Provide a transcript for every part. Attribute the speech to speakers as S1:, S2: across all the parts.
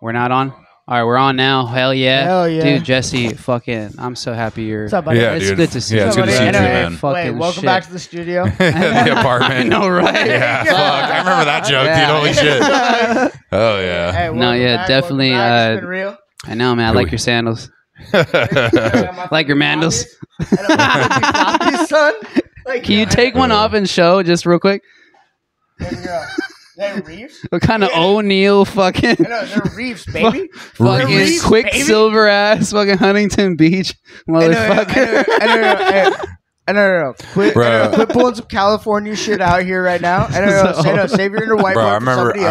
S1: We're not on. All right, we're on now. Hell yeah,
S2: Hell yeah.
S1: dude. Jesse, fucking, I'm so happy you're.
S2: What's up, buddy?
S3: Yeah,
S1: It's
S3: dude.
S1: good to see
S3: Yeah,
S1: you.
S3: it's good to
S2: Somebody-
S3: see you, too,
S2: anyway,
S3: man.
S2: Wait,
S1: Fucking
S2: welcome
S1: shit.
S2: back to the studio.
S3: the
S1: I
S3: apartment.
S1: know, right?
S3: Yeah, fuck. I remember that joke,
S1: Yeah.
S3: dude. Holy shit. Oh yeah.
S2: Hey,
S1: No,
S2: welcome
S1: yeah,
S2: back, welcome
S1: definitely,
S2: back. It's
S1: uh,
S2: been real.
S1: I know, man. I
S3: Who
S1: like
S3: we-
S1: your sandals.
S2: I
S1: Like your mandals.
S2: And I'm like, "You got this, son. Like,
S1: Can you
S2: I-
S1: take one off and show just real quick?
S2: There we go. They're reefs.
S1: What kind of O'Neill fucking
S2: No, they're reefs, baby.
S1: fucking
S2: Reeves,
S1: Quicksilver ass fucking Huntington Beach
S2: I know, I
S1: motherfucker?
S2: know, I know, I know, I know, I know, I know. Quit, I know,
S3: Bruh.
S2: quit pulling some California shit out here right now. I don't know. I know, save your inner white
S3: Bro, I
S2: part for
S3: remember.
S2: somebody
S3: I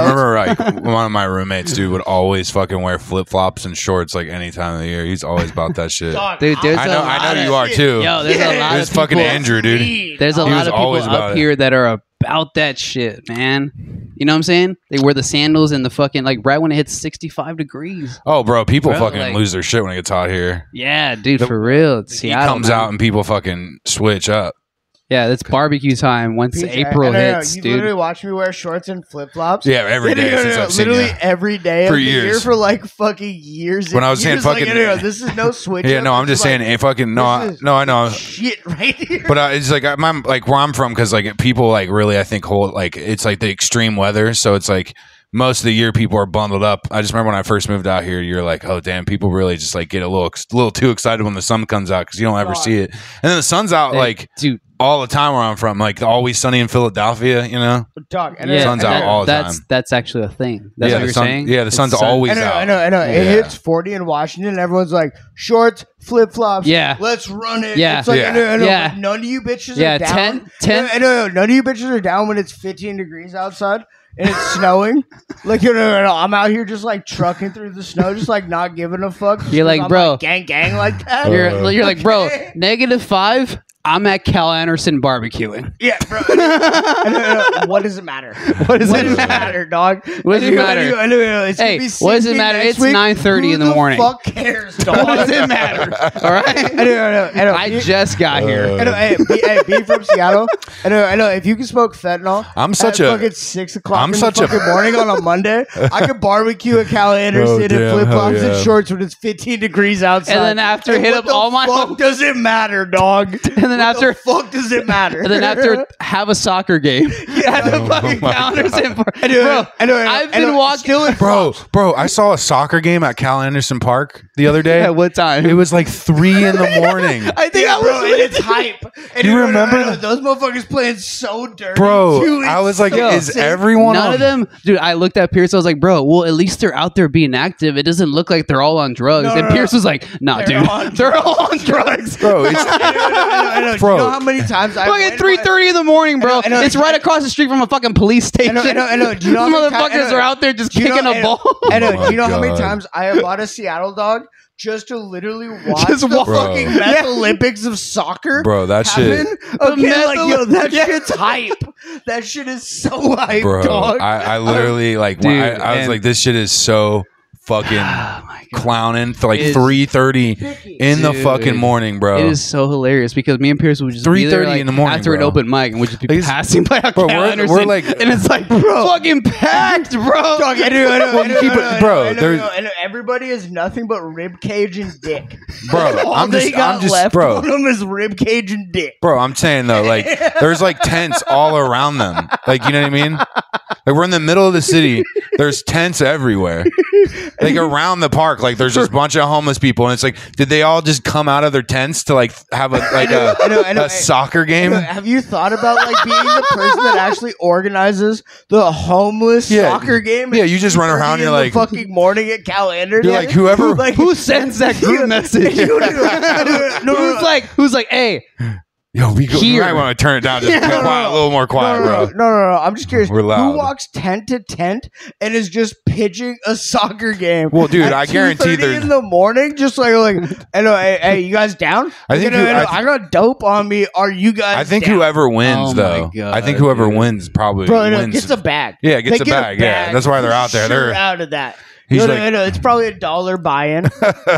S2: else.
S3: remember like one of my roommates, dude, would always fucking wear flip flops and shorts like any time of the year. He's always about that shit. I
S1: Dude, there's
S3: know.
S1: a lot
S3: I know
S1: of-
S3: you are too.
S1: Yo, there's a lot
S3: This
S1: of
S3: fucking
S1: people-
S3: Andrew, dude.
S1: There's a
S3: He
S1: lot
S3: was
S1: of
S3: always
S1: people
S3: about
S1: up
S3: it.
S1: here that are about that shit, man. You know what I'm saying? They wear the sandals and the fucking like right when it hits 65 degrees.
S3: Oh, bro, people
S1: Bro,
S3: fucking
S1: like-
S3: lose their shit when it gets hot here.
S1: Yeah, dude,
S3: The-
S1: for real. It's
S3: He
S1: Seattle,
S3: comes
S1: man.
S3: out and people fucking switch up.
S1: Yeah, it's barbecue time once
S2: Peach, I-
S1: April
S2: I don't know,
S1: hits,
S2: You
S1: dude.
S2: literally watch me wear shorts and flip flops.
S3: Yeah, every day since I've seen
S2: literally
S3: you.
S2: every day
S3: For
S2: of the year
S3: years.
S2: for like fucking years.
S3: When
S2: and
S3: I was saying
S2: years. Like,
S3: fucking-
S2: no, no, no, this is no switch.
S3: Yeah,
S2: up.
S3: no, I'm
S2: This
S3: just
S2: is,
S3: saying,
S2: like,
S3: if fucking no, I,
S2: this is
S3: no, I know.
S2: shit right here.
S3: But I, it's like I'm, I'm like where I'm from because like people like really I think hold like it's like the extreme weather, so it's like most of the year people are bundled up. I just remember when I first moved out here, you're like, oh damn, people really just like get a little a little too excited when the sun comes out because you don't ever
S2: God.
S3: see it, and then the sun's out
S1: Dude,
S3: like
S1: dude,
S3: all the time where I'm from, like always sunny in Philadelphia, you know.
S2: Dog,
S1: yeah,
S2: I know, I
S3: sun's
S2: know,
S3: out
S1: that-
S3: all the
S1: that's
S3: time.
S1: that's actually a thing. That's
S3: yeah,
S1: what
S3: the
S1: you're
S3: sun-
S1: saying.
S3: yeah, the
S1: It's
S3: sun's
S1: sun-
S3: always
S2: I know,
S3: out.
S2: I know, I know. It
S3: Yeah.
S2: hits 40 in Washington, and everyone's like, shorts, flip flops.
S1: Yeah.
S2: Let's run it.
S1: Yeah.
S2: It's like,
S3: Yeah.
S2: I know, I know,
S1: Yeah.
S2: but none of you bitches
S1: Yeah,
S2: are down.
S1: 10 10
S2: I know, I know, none of you bitches are down when it's 15 degrees outside and it's snowing. Like, you know, no, no, I'm out here just like trucking through the snow, just like not giving a fuck. just
S1: You're
S2: 'cause
S1: like,
S2: I'm,
S1: bro.
S2: gang, gang like that.
S1: You're, you're like, bro,
S2: Okay.
S1: negative five. I'm at Cal Anderson barbecuing.
S2: yeah, bro. I know, I know, I know. What does it matter?
S1: What does
S2: What
S1: it
S2: does it
S1: matter?
S2: matter, dog?
S1: What does it
S2: I know, I
S1: matter?
S2: know, I know, I know, it's gonna
S1: Hey,
S2: be
S1: what does it
S2: 16
S1: matter?
S2: next
S1: It's
S2: week.
S1: 9:30
S2: Who
S1: in the morning.
S2: fuck cares, dog?
S1: What does it matter? All
S2: I
S1: right.
S2: know, I know, I know.
S1: I
S2: You-
S1: just got here.
S3: Uh,
S2: I know, hey, be, hey, being from Seattle, I know, I know. If you can smoke fentanyl,
S3: I'm such
S2: at
S3: a-
S2: fucking six o'clock.
S3: I'm
S2: in
S3: such
S2: the
S3: a-
S2: fucking morning on a Monday. I could barbecue at Cal Anderson in
S3: Oh, damn,
S2: flip flops
S3: hell yeah.
S2: and shorts when it's 15 degrees outside.
S1: And then after
S2: Like,
S1: hit
S2: what
S1: up
S2: the
S1: all my
S2: fuck
S1: home-
S2: does it matter, dog? And
S1: then after-
S2: fuck does it matter?
S1: And then after, have a soccer game.
S2: yeah,
S1: At the
S2: I
S1: fucking
S3: my
S1: Cal Anderson bar- Bro,
S2: know, I know, I know,
S1: I've
S2: I know,
S1: been walking-
S2: still in
S3: Bro, bro, I saw a soccer game at Cal Anderson Park the other day.
S1: At what
S3: It
S1: time?
S3: was like three in the morning.
S1: I think I
S2: Yeah,
S1: was
S2: bro, and it's hype. And
S3: You
S2: I know, I know,
S3: remember
S2: I know,
S3: the-
S2: those motherfuckers playing so dirty?
S3: Bro,
S2: too.
S3: I
S2: It's
S3: was like,
S2: so
S3: is
S2: sick.
S3: everyone
S1: None
S3: on
S1: of them, dude. I looked at Pierce. I was like, "Bro, well, at least they're out there being active. It doesn't look like they're all on drugs."
S2: No,
S1: and
S2: no, no.
S1: Pierce was like, "Nah,
S2: They're
S1: dude,
S2: on
S1: they're all on drugs."
S3: Bro, it's,
S2: I know, I know, I know, I know.
S3: Bro.
S2: Do you know how many times I
S1: Fucking
S2: went
S1: three
S2: by-
S1: thirty in the morning, bro.
S2: I know-
S1: it's right across the street from a fucking police
S2: I
S1: station.
S2: know, I know, I know. Do you know
S1: These
S2: how many ti- I
S1: motherfuckers
S2: know.
S1: are out there just
S2: Do you know-
S1: kicking
S2: I
S1: a
S2: know-
S1: ball.
S2: I know.
S3: Oh
S2: do you know
S3: my
S2: how many
S3: God.
S2: times I have bought a Seattle dog just to literally watch
S1: Just
S2: the
S1: watch.
S2: fucking
S3: Bro.
S2: meth Olympics of soccer?
S3: bro, that
S2: Happen?
S3: shit,
S2: Okay,
S1: meth
S2: like
S1: Olymp-
S2: yo, that
S1: Yeah.
S2: shit's hype. That shit is so hype,
S3: bro.
S2: dog.
S3: I, I literally like, when
S1: Dude,
S3: I, I was
S1: and-
S3: like, this shit is so fucking
S1: Oh my God.
S3: clowning. th- Like
S1: It's-
S3: three thirty in the
S1: Dude.
S3: fucking morning, bro.
S1: It is so hilarious because me and Pierce would just be there,
S3: 3:30
S1: like,
S3: in the morning,
S1: after an
S3: bro.
S1: open mic and we'd just be
S3: Like, it's-
S1: passing by a
S3: Bro,
S1: Cal
S3: we're-
S1: Anderson,
S3: we're like-
S1: and it's like fucking packed, bro.
S2: Dog, I know, I know,
S3: Well,
S2: I know,
S3: keep
S2: I
S3: it-
S2: know, I know,
S3: bro,
S2: I know,
S3: there's-
S2: I know, I know. everybody is nothing but rib cage and dick.
S3: bro,
S2: All
S3: I'm
S2: they
S3: just,
S2: got
S3: I'm just,
S2: left
S3: bro.
S2: on them is rib cage and dick.
S3: Bro, I'm saying though, like there's like tents all around them. Like you know what I mean? Like we're in the middle of the city. There's tents everywhere. Like around the park. Like there's just a bunch of homeless people. And it's like, did they all just come out of their tents to like have a like a,
S2: I know, I know, I-
S3: a soccer
S2: You
S3: game?
S2: know, have you thought about like being the person that actually organizes the homeless
S3: Yeah.
S2: soccer game?
S3: Yeah, you just run around,
S2: in
S3: you're
S2: the
S3: like-
S2: fucking morning at Cal Anderson.
S3: You're like whoever
S2: like
S1: Who sends that group message?
S2: You do. No, no,
S1: who's
S2: no.
S1: like, who's like, hey,
S3: Yo, we go
S1: Here.
S3: I want to turn it down just
S1: Yeah.
S3: go quiet, a little more
S2: No,
S3: quiet,
S2: no, no,
S3: bro.
S2: no, no, no. I'm just curious.
S3: We're loud.
S2: Who walks tent to tent and is just pitching a soccer game?
S3: Well, dude,
S2: at
S3: I guarantee
S2: 2:30
S3: there's-
S2: in the morning, just like like, I know, hey, hey, you guys down?
S3: I think
S2: I, know,
S3: you-
S2: I, know,
S3: I-
S2: I got dope on me. Are you guys?
S3: I think
S2: down?
S3: whoever
S1: Oh
S3: wins
S1: my
S3: though.
S1: God,
S3: I think whoever
S1: dude.
S3: wins probably
S2: bro I know,
S3: wins.
S2: gets a bag.
S3: yeah, gets
S2: They
S3: a
S2: get
S3: bag. Yeah. That's why they're out there.
S2: Sure
S3: They're
S2: out of that.
S3: He's
S2: You know,
S3: like,
S2: no, no, it's probably a dollar buy-in.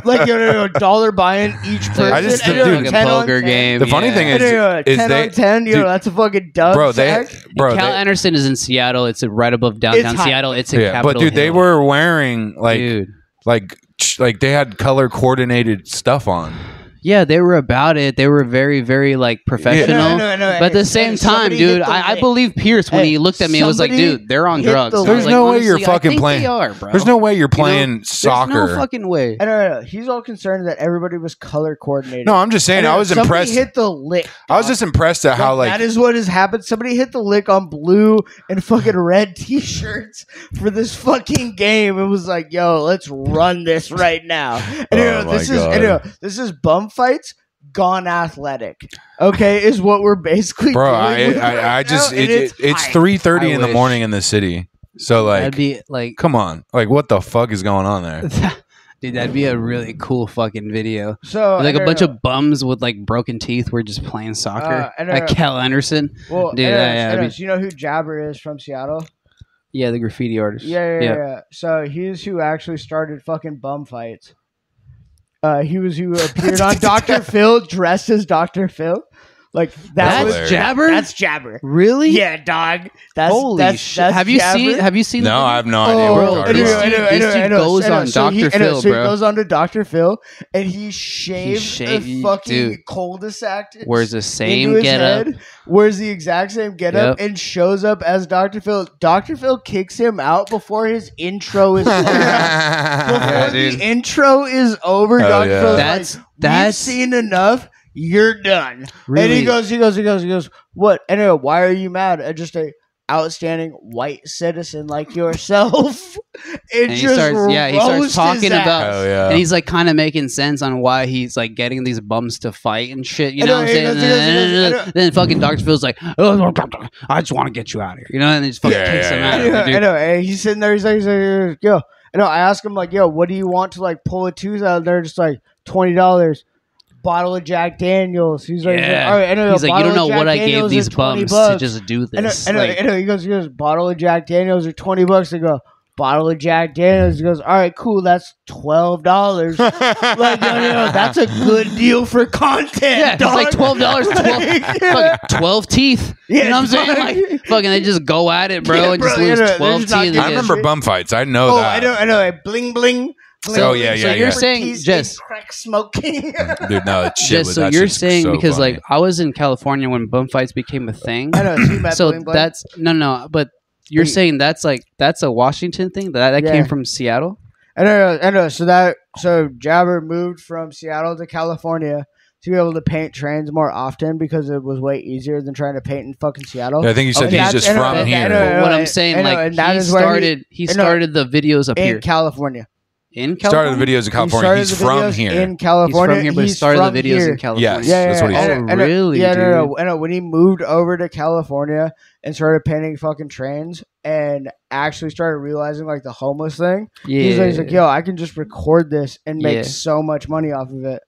S2: like you know, a dollar buy-in each person.
S3: I just-
S2: and,
S3: dude,
S2: you know,
S1: Fucking
S2: 10 on
S1: poker
S2: 10.
S1: game.
S3: The funny
S1: yeah.
S3: thing
S2: And,
S3: is-
S2: you know,
S3: is
S2: ten
S3: they-
S2: on ten. You know,
S3: dude-
S2: that's a fucking dub.
S3: bro, they,
S2: sack.
S3: bro,
S1: Cal
S3: they-
S1: Anderson is in Seattle. It's right above
S2: It's
S1: downtown
S2: hot.
S1: Seattle. It's in
S3: yeah.
S1: Capitol
S3: But dude, they
S1: Hill.
S3: were wearing like,
S1: Dude.
S3: like, ch- like they had color coordinated stuff on.
S1: Yeah, they were about it. They were very, very like professional.
S2: No, no, no,
S1: but at
S2: hey,
S1: the same
S2: hey,
S1: time,
S2: somebody hit
S1: dude,
S2: the
S1: I, I
S2: lick.
S1: believe Pierce when
S2: Hey,
S1: he looked at me and was like,
S2: somebody
S1: "Dude, they're on
S2: hit the
S1: drugs."
S2: lick.
S1: I was
S3: There's
S1: like,
S3: no way you're
S1: honestly, I
S3: fucking
S1: think
S3: playing-
S1: They are, bro.
S3: There's no way you're playing soccer.
S1: There's no fucking way.
S2: I don't know. He's all concerned that everybody was color coordinated.
S3: no, I'm just saying. I was
S2: Somebody
S3: impressed.
S2: Hit the lick.
S3: I was
S2: dog.
S3: just impressed at how like
S2: that is what has happened. Somebody hit the lick on blue and fucking red t-shirts for this fucking game. It was like, yo, let's run this right now. And you
S3: Oh
S2: know,
S3: my
S2: this is
S3: God.
S2: and, you know, this is bum fights gone athletic. Okay, is what we're basically.
S3: bro I,
S2: dealing with
S3: I i
S2: right
S3: just
S2: now,
S3: it,
S2: and
S3: it, it's
S2: high.
S3: 3.30
S1: I
S3: in the
S1: wish.
S3: morning in the city so like
S1: that'd be like,
S3: come on like what the fuck is going on there
S1: dude, that'd be a really cool fucking video.
S2: So
S1: like
S2: I
S1: a bunch
S2: don't know.
S1: of bums with like broken teeth were just playing soccer.
S2: Uh, I don't
S1: like
S2: know.
S1: Cal Anderson.
S2: well,
S1: Dude,
S2: I don't know,
S1: yeah, yeah,
S2: I
S1: I
S2: don't know.
S1: mean-
S2: So you know who Jabber is from Seattle?
S1: Yeah, the graffiti artist.
S2: Yeah, yeah,
S1: Yeah.
S2: yeah. yeah. So he's who actually started fucking bum fights. Uh, he was who appeared on Dr. Phil dressed as Dr. Phil. Like that
S1: That's
S2: was
S3: hilarious.
S1: Jabber.
S2: that's Jabber.
S1: really
S2: Yeah, dog. That's
S1: Holy
S2: that's,
S1: shit!
S2: that's
S1: have you
S2: Jabber.
S1: seen? Have you seen? the
S3: no
S1: video?
S3: i have no idea what
S2: Oh,
S3: you're
S1: Bro,
S2: I
S1: this
S2: know,
S3: talking about.
S2: I know, I
S1: dude-
S2: know,
S1: this
S2: I
S1: dude
S2: know.
S1: goes
S2: I know.
S1: on
S2: So he-
S1: Dr.
S2: I know,
S1: Phil,
S2: so he
S1: bro.
S2: goes on to Dr. Phil, and he shaved,
S1: shaved-
S2: a fucking
S1: dude.
S2: cul-de-sac.
S1: Wears the
S2: into
S1: same
S2: his
S1: get up.
S2: head, wears the exact same getup,
S1: Yep.
S2: and shows up as Dr. Phil. Dr. Phil kicks him out before his intro is over. Before
S3: yeah,
S2: the
S3: dude.
S2: intro is over,
S3: Oh,
S2: Dr.
S3: yeah.
S2: Phil's
S1: That's
S2: like,
S1: that's
S2: We've seen enough. You're done.
S1: really.
S2: And he goes, he goes, he goes, he goes, what? And I go, why are you mad at just a outstanding white citizen like yourself? It
S1: and he
S2: just
S1: starts, yeah, he
S2: roasts
S1: starts
S2: his
S1: talking
S2: ass.
S1: about,
S3: Oh, yeah.
S1: and he's like kind of making sense on why he's like getting these bums to fight and shit. You
S2: I
S1: know
S2: know,
S1: what I'm
S2: he
S1: saying?
S2: goes,
S1: And
S2: he goes, he
S1: then,
S2: goes, I know.
S1: then fucking Doctor Phil's like, oh, I just want to get you out of here, you know, and he just fucking
S3: Yeah,
S1: kicks
S3: yeah,
S1: him
S3: yeah.
S1: out.
S2: I
S1: of
S2: know,
S1: there, dude.
S2: I know. And he's sitting there. He's like, he's like, yo. I know. I ask him like, yo, what do you want to like pull a tooth out? They're just like twenty dollars. Bottle of Jack Daniels. He's like,
S1: Yeah.
S2: all right, I know,
S1: He's like, you don't know what I gave these bums
S2: bums
S1: to just do
S2: I know,
S1: this.
S2: I know,
S1: Like,
S2: I know. He goes, he goes, bottle of Jack Daniels are twenty bucks. They go, bottle of Jack Daniels. He goes, all right, cool, that's twelve dollars. like, no, no, no, that's a good deal for content.
S1: yeah, it's
S2: dog.
S1: like twelve dollars, twelve, fucking twelve teeth.
S2: Yeah,
S1: you know what I'm saying?
S2: dog.
S1: Like, fucking, they just go at it, bro,
S2: Yeah,
S1: and just
S2: bro, yeah,
S1: lose
S2: no, they're
S1: twelve
S2: just not
S1: teeth.
S2: getting-
S3: i
S1: and
S3: remember
S1: just-
S3: bum fights i know
S2: Oh,
S3: that
S2: I know, I know. Like, bling, bling. bling,
S3: Oh,
S2: bling.
S3: yeah,
S2: So
S3: yeah,
S2: you're
S3: yeah.
S1: saying,
S2: teased
S1: Jess-
S2: and crack smoking.
S3: dude no that shit
S1: Just
S3: was
S1: so
S3: that
S1: you're
S3: shit's
S1: saying
S3: so
S1: because
S3: funny.
S1: like I was in California when bum fights became a thing.
S2: I know. See, Matt,
S1: so
S2: bling, bling.
S1: that's no, no. But you're
S2: Wait.
S1: saying that's like that's a Washington thing that that
S2: Yeah.
S1: came from Seattle.
S2: I know, I know. So that so Jabber moved from Seattle to California to be able to paint trains more often because it was way easier than trying to paint in fucking Seattle.
S3: i think you said
S2: oh, Okay.
S3: he's just
S2: I know, I
S3: from
S2: know, I know,
S3: here
S2: I know.
S1: But what I'm
S2: and-
S1: saying,
S2: and, uh,
S1: like
S2: and that
S1: he
S2: is where he-
S1: started, he,
S2: and, uh,
S1: started the videos up
S2: in
S1: here
S2: California.
S1: in California.
S3: started the videos in
S2: He
S3: california
S2: started
S3: he's
S2: the
S3: from
S2: videos
S3: here
S2: in California.
S1: He's from here, but he
S2: He's
S1: started
S2: from
S1: the videos
S2: here.
S1: in California.
S3: Yes.
S2: Yeah, yeah,
S3: That's what he
S2: yeah.
S3: said.
S2: And-
S1: Oh,
S2: and-
S1: really,
S2: Yeah, no,
S1: dude?
S2: no, no. When he moved over to California and started painting fucking trains and actually started realizing like the homeless thing,
S1: Yeah,
S2: He's, like, he's like, yo, I can just record this and make
S1: Yeah.
S2: so much money off of it.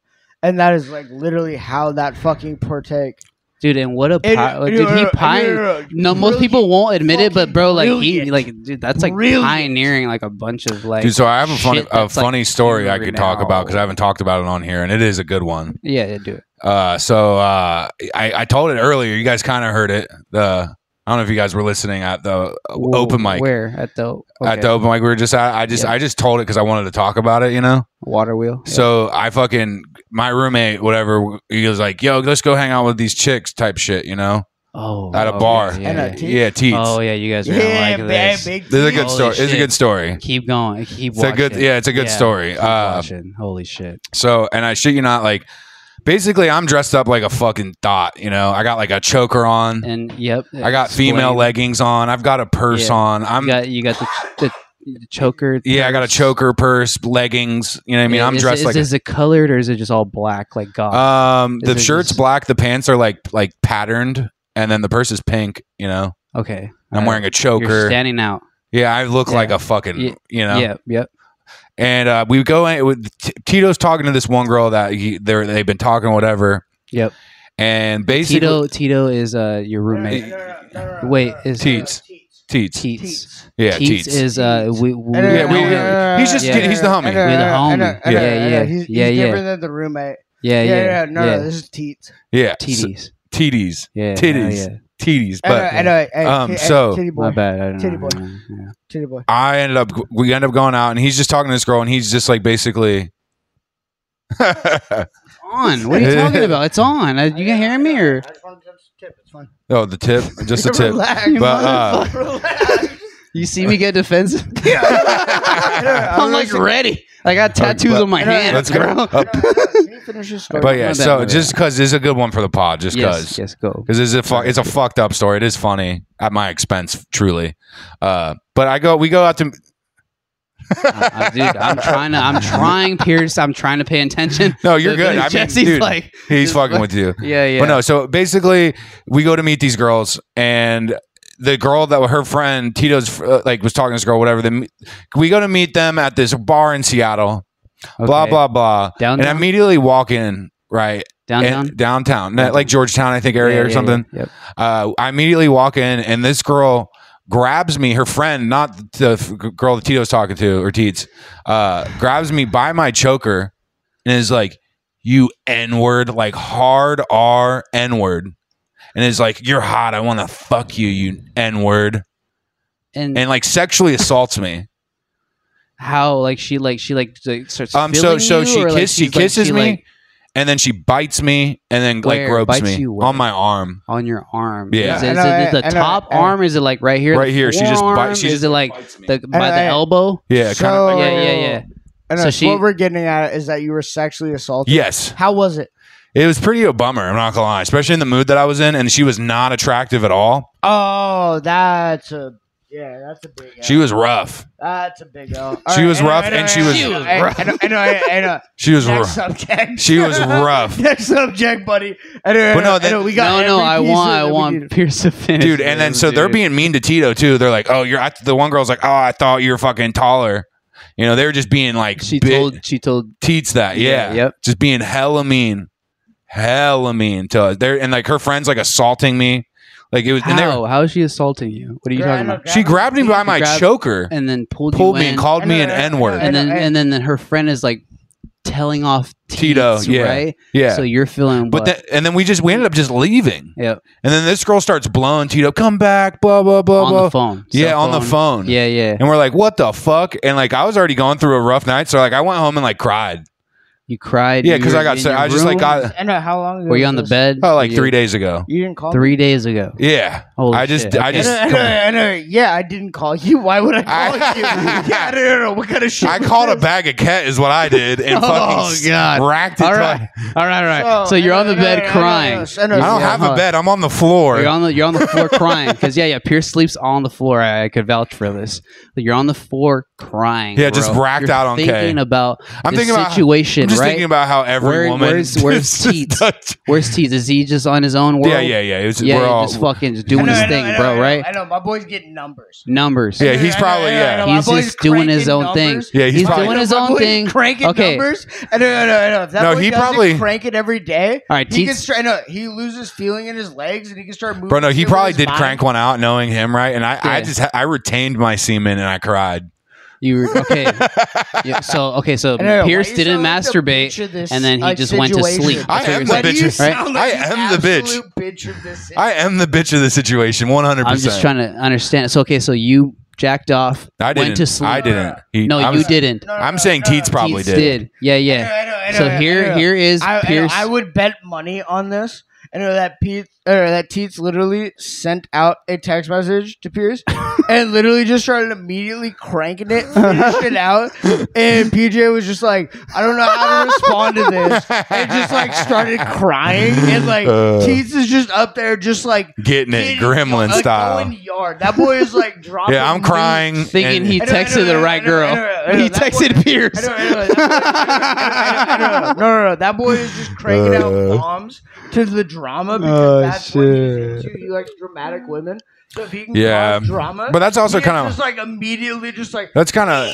S2: And that is like literally how that fucking partake.
S1: dude, and what a
S2: And-
S1: pi-
S2: and-
S1: dude,
S2: and-
S1: he
S2: and-
S1: pioneered.
S2: and-
S1: No, most people won't admit it, but bro, like he,
S2: brilliant.
S1: like dude, that's like
S2: Brilliant.
S1: pioneering like a bunch of like,
S3: dude so i have a funny
S1: shit
S3: a
S1: that's, like,
S3: funny story i
S1: here
S3: could talk about
S1: now.
S3: because i haven't talked about it on here and it is a good one
S1: yeah, yeah, do it.
S3: Uh, so uh, I, I told it earlier. You guys kind of heard it. The I don't know if you guys were listening at the uh,
S1: Whoa,
S3: open mic.
S1: where at the
S3: At the open mic, we were just at, I just
S1: Yeah.
S3: I just told it because I wanted to talk about it. You know.
S1: water wheel.
S3: So I fucking my roommate, whatever. He was like, "Yo, let's go hang out with these chicks," type shit. You know,
S1: oh,
S3: at a
S1: oh,
S3: bar.
S1: yeah,
S2: And
S1: yeah,
S2: a
S1: yeah.
S2: teeth?
S3: Yeah, teats.
S1: Oh yeah, you guys are gonna
S2: Yeah,
S1: like
S2: bad,
S1: this.
S2: big
S3: This is a
S2: deal.
S3: good
S1: Holy
S3: story. It's a
S1: shit.
S3: good story.
S1: Keep going. Keep.
S3: It's a good.
S1: watching.
S3: Yeah, it's a good
S1: Yeah.
S3: story.
S1: Keep
S3: Uh,
S1: watching. Holy shit.
S3: So, and I shit you not, like basically, I'm dressed up like a fucking dot. You know, I got like a choker on.
S1: And yep.
S3: I got
S1: explain.
S3: female leggings on. I've got a purse
S1: Yeah.
S3: on.
S1: You
S3: I'm
S1: got you got the, the, the choker.
S3: yeah, I got a choker, purse, leggings. You know what I mean? I'm
S1: is,
S3: dressed
S1: is,
S3: like
S1: Is it colored or is it just all black like God?
S3: um
S1: is
S3: the
S1: it
S3: shirt's
S1: just-
S3: black, the pants are like like patterned, and then the purse is pink. You know,
S1: okay.
S3: And Uh, I'm wearing a
S1: You're
S3: choker.
S1: standing out.
S3: Yeah, I look
S1: Yeah.
S3: like a fucking
S1: Ye-
S3: you know.
S1: Yeah. Yep.
S3: And uh, we go in with T- Tito's talking to this one girl that he, they're they've been talking whatever.
S1: Yep.
S3: And basically,
S1: Tito Tito is uh your
S2: No, no, no,
S1: roommate.
S2: no, no, no, no, no, no,
S1: Wait,
S2: no, no,
S1: is-
S2: no, no,
S3: Teats. Teats.
S1: Teats.
S3: Yeah,
S1: Teats
S3: Teats.
S1: is uh, we, we,
S2: And, uh,
S3: Yeah, we-
S1: know him.
S2: uh,
S3: he's just
S2: uh,
S1: kidding.
S3: He's the
S2: uh,
S3: homie.
S2: and, uh,
S1: We're the
S2: and, uh,
S1: homie.
S2: and, uh,
S1: Yeah,
S2: and, uh,
S1: yeah,
S2: He's,
S1: yeah,
S2: he's
S1: yeah.
S2: different than the roommate.
S1: yeah,
S2: Yeah,
S1: yeah,
S2: yeah. No, uh,
S1: yeah.
S2: no, this is teats.
S3: yeah.
S1: TDs.
S3: Titties.
S1: yeah,
S3: Titties.
S1: hell yeah.
S3: Titties.
S2: And, uh,
S3: But
S2: and, uh, and,
S3: Um,
S2: and
S3: so-
S2: titty boy,
S1: My bad. I don't
S2: Titty
S1: know.
S2: boy.
S1: Yeah, yeah.
S2: titty boy.
S3: I ended up we ended up going out and he's just talking to this girl and he's just like basically oh,
S1: On. What are you talking about? It's on. Uh, You can hear me or
S2: I just wanted to tip. It's fine.
S3: Oh, the tip, just a tip.
S2: Relax,
S1: You
S3: But, uh,
S2: motherfucker, relax.
S1: you see me get defensive? I'm
S2: I'm
S1: like ready. I got tattoos
S3: but-
S1: on my
S2: I know.
S1: hands,
S3: Let's
S1: bro.
S3: go. Uh,
S2: Can you finish your story?
S3: but yeah,
S1: My bad, my
S3: so
S1: bad.
S3: just because it's a good one for the pod, just
S1: Yes,
S3: because
S1: yes, go.
S3: because it's a fu- it's a fucked up story. It is funny at my expense, truly. Uh, but I go, we go out to
S1: I, I- dude, I'm trying to. I'm trying, Pierce. I'm trying to pay attention.
S3: no, you're good. I mean,
S1: Jesse's
S3: dude,
S1: like,
S3: he's fucking with you.
S1: yeah, yeah.
S3: But no, so basically, we go to meet these girls, and the girl that her friend Tito's uh, like was talking to this girl, whatever. Then we go to meet them at this bar in Seattle. Blah
S1: Okay.
S3: blah blah. And I
S1: Downtown,
S3: immediately walk in right and-
S1: downtown,
S3: downtown, not like Georgetown, I think area
S1: Yeah,
S3: or
S1: yeah,
S3: something.
S1: yeah. Yep.
S3: Uh, I immediately walk in, and this girl grabs me, her friend, not the f- girl that Tito's talking to or Teets, uh, grabs me by my choker and is like, "You n word, like hard R n word," and is like, "You're hot. I want to fuck you, you n word,"
S1: And,
S3: and like sexually assaults me.
S1: how like she like she like, like starts.
S3: Um, so
S1: feeling
S3: so
S1: you,
S3: she
S1: or, like,
S3: kiss, she
S1: she's, like,
S3: kisses
S1: she,
S3: me,
S1: like,
S3: and then she bites me, and then
S1: Where?
S3: like gropes
S1: Bites
S3: me
S1: you where?
S3: on my arm.
S1: on your arm.
S3: Yeah.
S1: is it,
S2: I
S1: is
S2: know,
S1: it
S2: I-
S1: the
S2: I know,
S1: top
S2: I know.
S1: arm? Is it like right here?
S3: Right
S1: the
S3: here, she just
S1: forearm?
S3: bites- she
S1: is
S3: just
S1: it like the by
S2: I-
S1: the
S2: I-
S1: elbow?
S3: Yeah, kind of.
S2: So-
S1: yeah, yeah, yeah.
S2: And,
S1: So
S2: uh,
S1: she-
S2: what we're getting at is that you were sexually assaulted.
S3: Yes,
S2: How was it?
S3: it was pretty a bummer. I'm not gonna lie, especially in the mood that I was in, and she was not attractive at all.
S2: Oh, that's a yeah, that's a big. L.
S3: She was rough.
S2: that's a big L.
S3: She was rough and she was-
S1: She was rough.
S2: I know, I know, I know, I know.
S3: She was
S2: Next
S3: rough.
S2: subject.
S3: She was rough,
S2: Next subject, buddy. I know, I
S3: But no,
S2: know, I
S3: that-
S2: know, we got
S1: no, no,
S2: every
S1: I
S2: piece
S1: want,
S2: of it
S1: I
S2: we
S1: want
S2: needed.
S1: Pierce to finish,
S3: dude. And then
S1: this,
S3: so they're
S1: dude.
S3: being mean to Tito too. They're like, "Oh, you're." I, the one girl's like, "Oh, I thought you were fucking taller." You know, they were just being like
S1: She
S3: bit-
S1: told, she told
S3: teats that. Yeah.
S1: Yeah, yep.
S3: Just being hella mean, hella mean to us. There and like her friends like assaulting me. Like it was. And they were-
S1: How? How is she assaulting you? What are you
S2: Girl,
S1: talking
S2: I know,
S1: about?
S2: girl.
S3: she grabbed me by
S1: She
S3: my
S1: grabbed-
S3: choker,
S1: And then pulled,
S3: pulled
S1: you
S3: me,
S1: in,
S3: and called
S2: I
S3: me
S2: know,
S3: an
S2: I know, I
S3: N
S2: know.
S3: word.
S1: and then
S2: I-
S1: and then her friend is like telling off
S3: Tito,
S1: Teets,
S3: yeah,
S1: right?
S3: Yeah.
S1: So you're feeling,
S3: But
S1: what?
S3: then, and then we just we ended up just leaving.
S1: Yep.
S3: And then this girl starts blowing Tito, come back, blah blah blah
S1: on
S3: blah.
S1: the phone,
S3: yeah,
S1: Cell
S3: on the phone.
S1: Yeah, yeah.
S3: And we're like, what the fuck? And like, I was already going through a rough night, so like, I went home and like cried.
S1: You cried.
S3: Yeah,
S1: you
S3: because
S1: were
S3: I got
S1: in
S3: sick.
S1: your
S3: I just like
S1: room?
S3: got
S2: I know how long. ago
S1: Were you
S2: was
S1: on the
S2: this?
S1: bed?
S3: oh, like
S1: You-
S3: three days ago.
S2: You didn't call. me?
S1: Three days ago.
S3: Yeah,
S1: Holy
S3: I just-
S1: shit.
S3: I
S2: I
S3: just-
S2: know, I know, I know. Yeah, I didn't call you. Why would I call
S3: I-
S2: you? Yeah, I don't know what kind of shit.
S3: I
S2: was
S3: called a
S2: this?
S3: bag of cat is what I did, and
S1: Oh,
S3: fucking
S1: God.
S3: racked it.
S1: All
S3: to-
S1: right. all right, all right. So, you're
S2: I
S1: on the
S2: know, I know, I
S1: bed
S2: know, I
S1: crying.
S2: know, I know.
S3: I don't
S1: Yeah,
S3: have a
S1: huh.
S3: bed. I'm on the floor.
S1: You're on the you're on the floor crying because yeah, yeah. Pierce sleeps on the floor. I, I could vouch for this. But you're on the floor crying.
S3: Yeah, just
S1: bro.
S3: racked
S1: You're
S3: out on K.
S1: Thinking about
S3: I'm
S1: the
S3: thinking about-
S1: situation.
S3: I'm just
S1: right?
S3: thinking about how every
S1: Where-
S3: woman.
S1: where's- where's teats? Worst teeth. Is he just on his own world?
S3: Yeah, yeah, yeah. It was,
S1: Yeah,
S3: we're
S1: he
S3: all.
S1: just fucking just
S2: I
S1: doing
S2: know,
S1: his
S2: I know,
S1: thing,
S2: I know, I
S1: bro.
S2: know,
S1: Right?
S2: I know my boy's getting numbers.
S1: Numbers.
S3: Yeah,
S2: I know,
S3: he's
S2: I know,
S3: probably-
S2: I know,
S3: yeah.
S2: I know, my
S1: He's
S2: boy's
S1: just doing his
S2: cranking
S1: own thing.
S2: numbers.
S3: Yeah, he's
S1: he's
S3: probably-
S1: doing his
S2: My
S1: own
S2: boy's
S1: thing.
S2: Cranking
S1: Okay.
S2: numbers. I know, I know, I know. If that
S3: No,
S2: boy
S3: he
S2: doesn't
S3: probably-
S2: crank it every day.
S1: All right,
S2: he
S1: teats-
S2: can start. No, he loses feeling in his legs, and he can start moving.
S3: Bro, no, he
S2: shit with
S3: probably
S2: his
S3: did
S2: body.
S3: crank one out, knowing him, right? And I, I
S1: Yeah.
S3: just, ha- I retained my semen and I cried.
S1: You were okay. yeah, so okay, so
S2: I know, why
S1: Pierce
S2: you
S1: didn't
S2: sound like the
S1: masturbate,
S2: bitch of this,
S1: and then he
S2: like,
S1: just went to
S2: situation?
S1: sleep.
S3: I
S1: That's what
S3: am
S1: you're
S3: the
S2: Why
S1: saying.
S2: do
S3: bitch
S2: you
S3: of-
S2: sound
S3: I
S2: like
S3: am the bitch.
S2: absolute bitch of this.
S3: I am the bitch of the situation, one hundred
S1: I'm just
S3: percent.
S1: trying to understand. So okay, so you jacked off.
S3: I didn't.
S1: Went to sleep.
S3: I didn't. He-
S1: No,
S3: I
S1: you
S3: was-
S1: didn't.
S2: No, no,
S3: I'm
S2: no,
S3: saying
S2: no, no.
S3: Teats probably
S1: Teets
S3: did.
S1: Yeah, yeah.
S2: I know, I know, I know,
S1: so
S2: I know, I
S1: here,
S2: know.
S1: here is
S2: I, I know,
S1: Pierce.
S2: I, would bet money on this. I know that Pete or that Teets literally sent out a text message to Pierce and literally just started immediately cranking it, finished it out, and PJ was just like, I don't know how to respond to this. And just like started crying and like
S3: Uh.
S2: Teets is just up there just like
S3: Getting it,
S2: getting-
S3: gremlin
S2: like,
S3: style.
S2: going yard. That boy is like dropping
S3: yeah, I'm
S2: nudes.
S3: crying.
S1: thinking
S3: and-
S1: he
S2: I know, I know,
S1: texted
S2: I
S1: the
S2: know,
S1: right
S2: I know,
S1: girl.
S2: I know, I know,
S1: He
S2: that boy-
S1: texted Pierce.
S2: I know, I know, I know, I know, I know, I know. No, no, no. That boy is just cranking out bombs to the drama because
S1: Oh,
S2: that's what he's into. He likes dramatic women. So if he can
S3: Yeah.
S2: cause drama,
S3: But that's also
S2: he is
S3: kinda-
S2: just like immediately just like
S3: That's kind of.
S1: uh,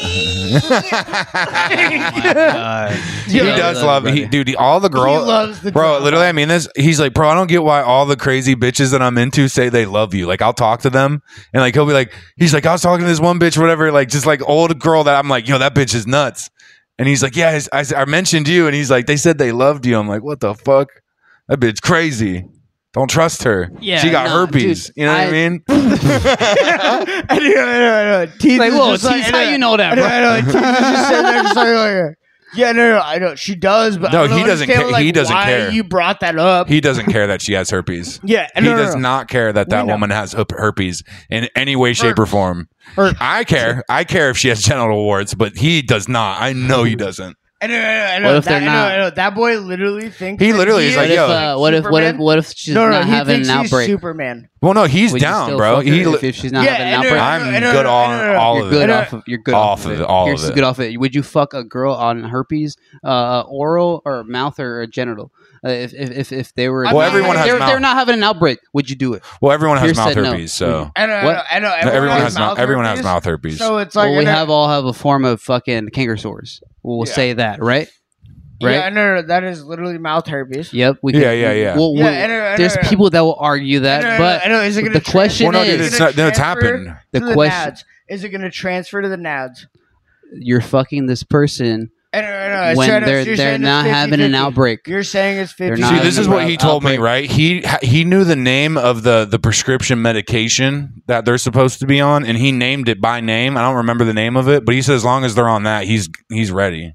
S3: he
S1: Yeah,
S3: does
S1: I
S3: love
S1: love it,
S3: he,
S1: brother.
S3: dude. All the girl,
S2: he loves the
S3: bro.
S2: drama.
S3: Literally, I mean this. He's like, bro. I don't get why all the crazy bitches that I'm into say they love you. Like, I'll talk to them, and like he'll be like, he's like, I was talking to this one bitch, whatever. Like, just like old girl that I'm like, yo, that bitch is nuts. And he's like, yeah, I, I mentioned you, and he's like, they said they loved you. I'm like, what the fuck? That bitch crazy. Don't trust her.
S1: Yeah,
S3: she got
S1: nah,
S3: herpes.
S1: dude,
S3: you know what I
S1: I-
S3: mean?
S2: I know, I know, I know. Teeth
S1: Like,
S2: is
S1: whoa,
S2: just like,
S1: Teeth,
S2: I
S1: how you know that,
S2: I know,
S1: bro?
S2: I know. Teeth is just sitting there, just like, like, yeah, no, no, I know she does, but I
S3: No,
S2: don't
S3: he doesn't
S2: understand,
S3: care-
S2: Like,
S3: he doesn't
S2: why
S3: care.
S2: You brought that up.
S3: He doesn't care that she has herpes.
S2: yeah,
S3: He
S2: no, no,
S3: does
S2: no.
S3: not care that that
S2: know.
S3: woman has herp- herpes in any way, shape, or form.
S2: Herp.
S3: I care. I care if she has genital warts, but he does not. I know
S2: Mm.
S3: he doesn't.
S2: I know, I know, I know.
S1: What if
S2: that,
S1: they're
S2: I know,
S1: not?
S2: I know. That boy literally thinks
S3: He
S2: that
S3: literally is
S1: What
S3: like,
S1: if,
S3: yo.
S1: uh, what if what if
S2: Superman?
S1: what if she's
S2: no, no,
S1: not
S2: he
S1: having
S2: thinks
S1: an
S2: he's
S1: outbreak?
S2: Superman.
S3: Well, no, he's
S1: Would you
S3: down,
S1: still
S3: bro.
S1: fuck her
S3: He.
S1: if,
S3: li-
S1: if she's not
S2: Yeah,
S1: having
S2: I
S1: an
S2: know,
S1: outbreak.
S2: I know, I
S3: I'm
S2: know,
S3: good
S2: I know, I
S3: on
S2: know.
S3: all
S1: you're
S3: of it.
S1: good
S2: it.
S1: off of you're good
S3: Off
S1: off,
S3: of it, all
S1: Here's
S3: of it.
S1: good off it. Would you fuck a girl on herpes, uh, oral or mouth or genital? Uh, if, if if if they were,
S2: Well, everyone
S1: if
S2: has
S1: they were-
S3: mouth.
S1: they're not having an outbreak. Would you do it?
S3: Well, everyone has
S1: Pierce
S3: mouth
S1: said no.
S3: herpes, so
S2: I know, I
S1: What?
S2: know, I know.
S3: No, everyone has
S2: mouth.
S3: mouth. Everyone has
S2: herpes,
S3: mouth herpes.
S2: So it's like
S1: Well, we
S2: and I-
S1: have all have a form of fucking canker sores. We'll
S2: Yeah.
S1: say that, right?
S2: yeah,
S1: Right.
S2: I know, no, that is literally mouth herpes.
S1: Yep. We
S3: Yeah, yeah, yeah.
S1: Well,
S2: Yeah,
S1: well,
S2: I know, I know,
S1: there's
S2: I know.
S1: people that will argue that,
S2: I know, I know,
S1: but
S2: I know, is it
S1: but
S2: gonna
S1: the question
S3: Well, no, dude,
S1: is,
S3: it's not. No, it's
S2: Transfer-
S3: happened.
S1: the
S2: to the
S1: question
S2: nads. Is it going to transfer to the nads?
S1: you're fucking this person
S2: I don't know.
S1: when
S2: straight up,
S1: they're
S2: you're
S1: they're
S2: saying Uh,
S1: not
S2: it's
S1: having an
S2: 50-50.
S1: outbreak.
S2: You're saying it's 50
S1: not
S3: See, this
S1: in
S3: is
S1: the
S3: what he
S1: out-
S3: told me,
S1: outbreak.
S3: right? He he knew the name of the the prescription medication that they're supposed to be on, and he named it by name. I don't remember the name of it, but he said as long as they're on that, he's he's ready.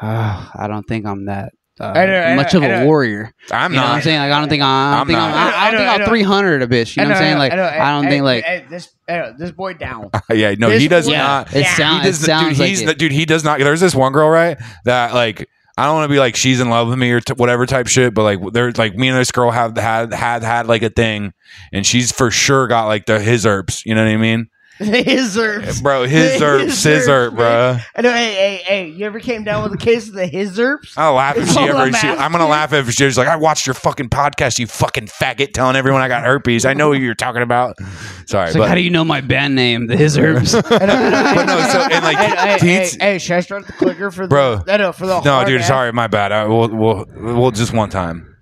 S1: Ah, I don't think I'm that uh,
S2: I know, I know,
S1: much
S2: I
S1: of a
S2: know.
S1: warrior.
S3: I'm
S1: You know what I'm
S3: not.
S1: saying? Like I don't think I
S3: I'm
S1: don't think
S3: not.
S1: I'm, I
S2: I
S1: don't
S2: know,
S1: think
S2: I
S1: I'm
S2: know.
S1: 300 a bitch. You know what I'm saying? Like I don't think like
S2: Hey, this, I know, this boy down.
S3: yeah, no,
S2: This
S3: he does
S2: was-
S3: not.
S1: it
S2: Yeah.
S1: sounds
S3: he
S1: it
S3: does, dude,
S1: sounds
S3: he's
S1: like
S3: the-
S1: it.
S3: dude, he does not. There's this one girl, right? That like I don't want to be like she's in love with me or t- whatever type shit, but like there's like me and this girl have had had had like a thing, and she's for sure got like the his herps. You know what I mean,
S2: his herbs.
S3: bro? His
S2: His
S3: herps, his
S2: herpes,
S3: herp, bro.
S2: I know, hey, hey, hey, you ever came down with a case of the his herbs?
S3: I'll laugh if
S2: It's
S3: she
S2: all
S3: ever.
S2: I'm
S3: She, I'm gonna
S2: asking.
S3: laugh if she's like, "I watched your fucking podcast, you fucking faggot, telling everyone I got herpes. I know who you're talking about." Sorry,
S1: It's
S3: but,
S1: like, how do you know my band name, the His Herbs?
S2: I know, I know, I
S3: but
S2: know.
S3: no. So and like,
S2: Hey, hey,
S3: teens-
S2: hey, hey, should I start the clicker for the
S3: Bro.
S2: I know, for the
S3: no,
S2: hard
S3: dude.
S2: ass
S3: Sorry, my bad. I, we'll, we'll we'll just one time,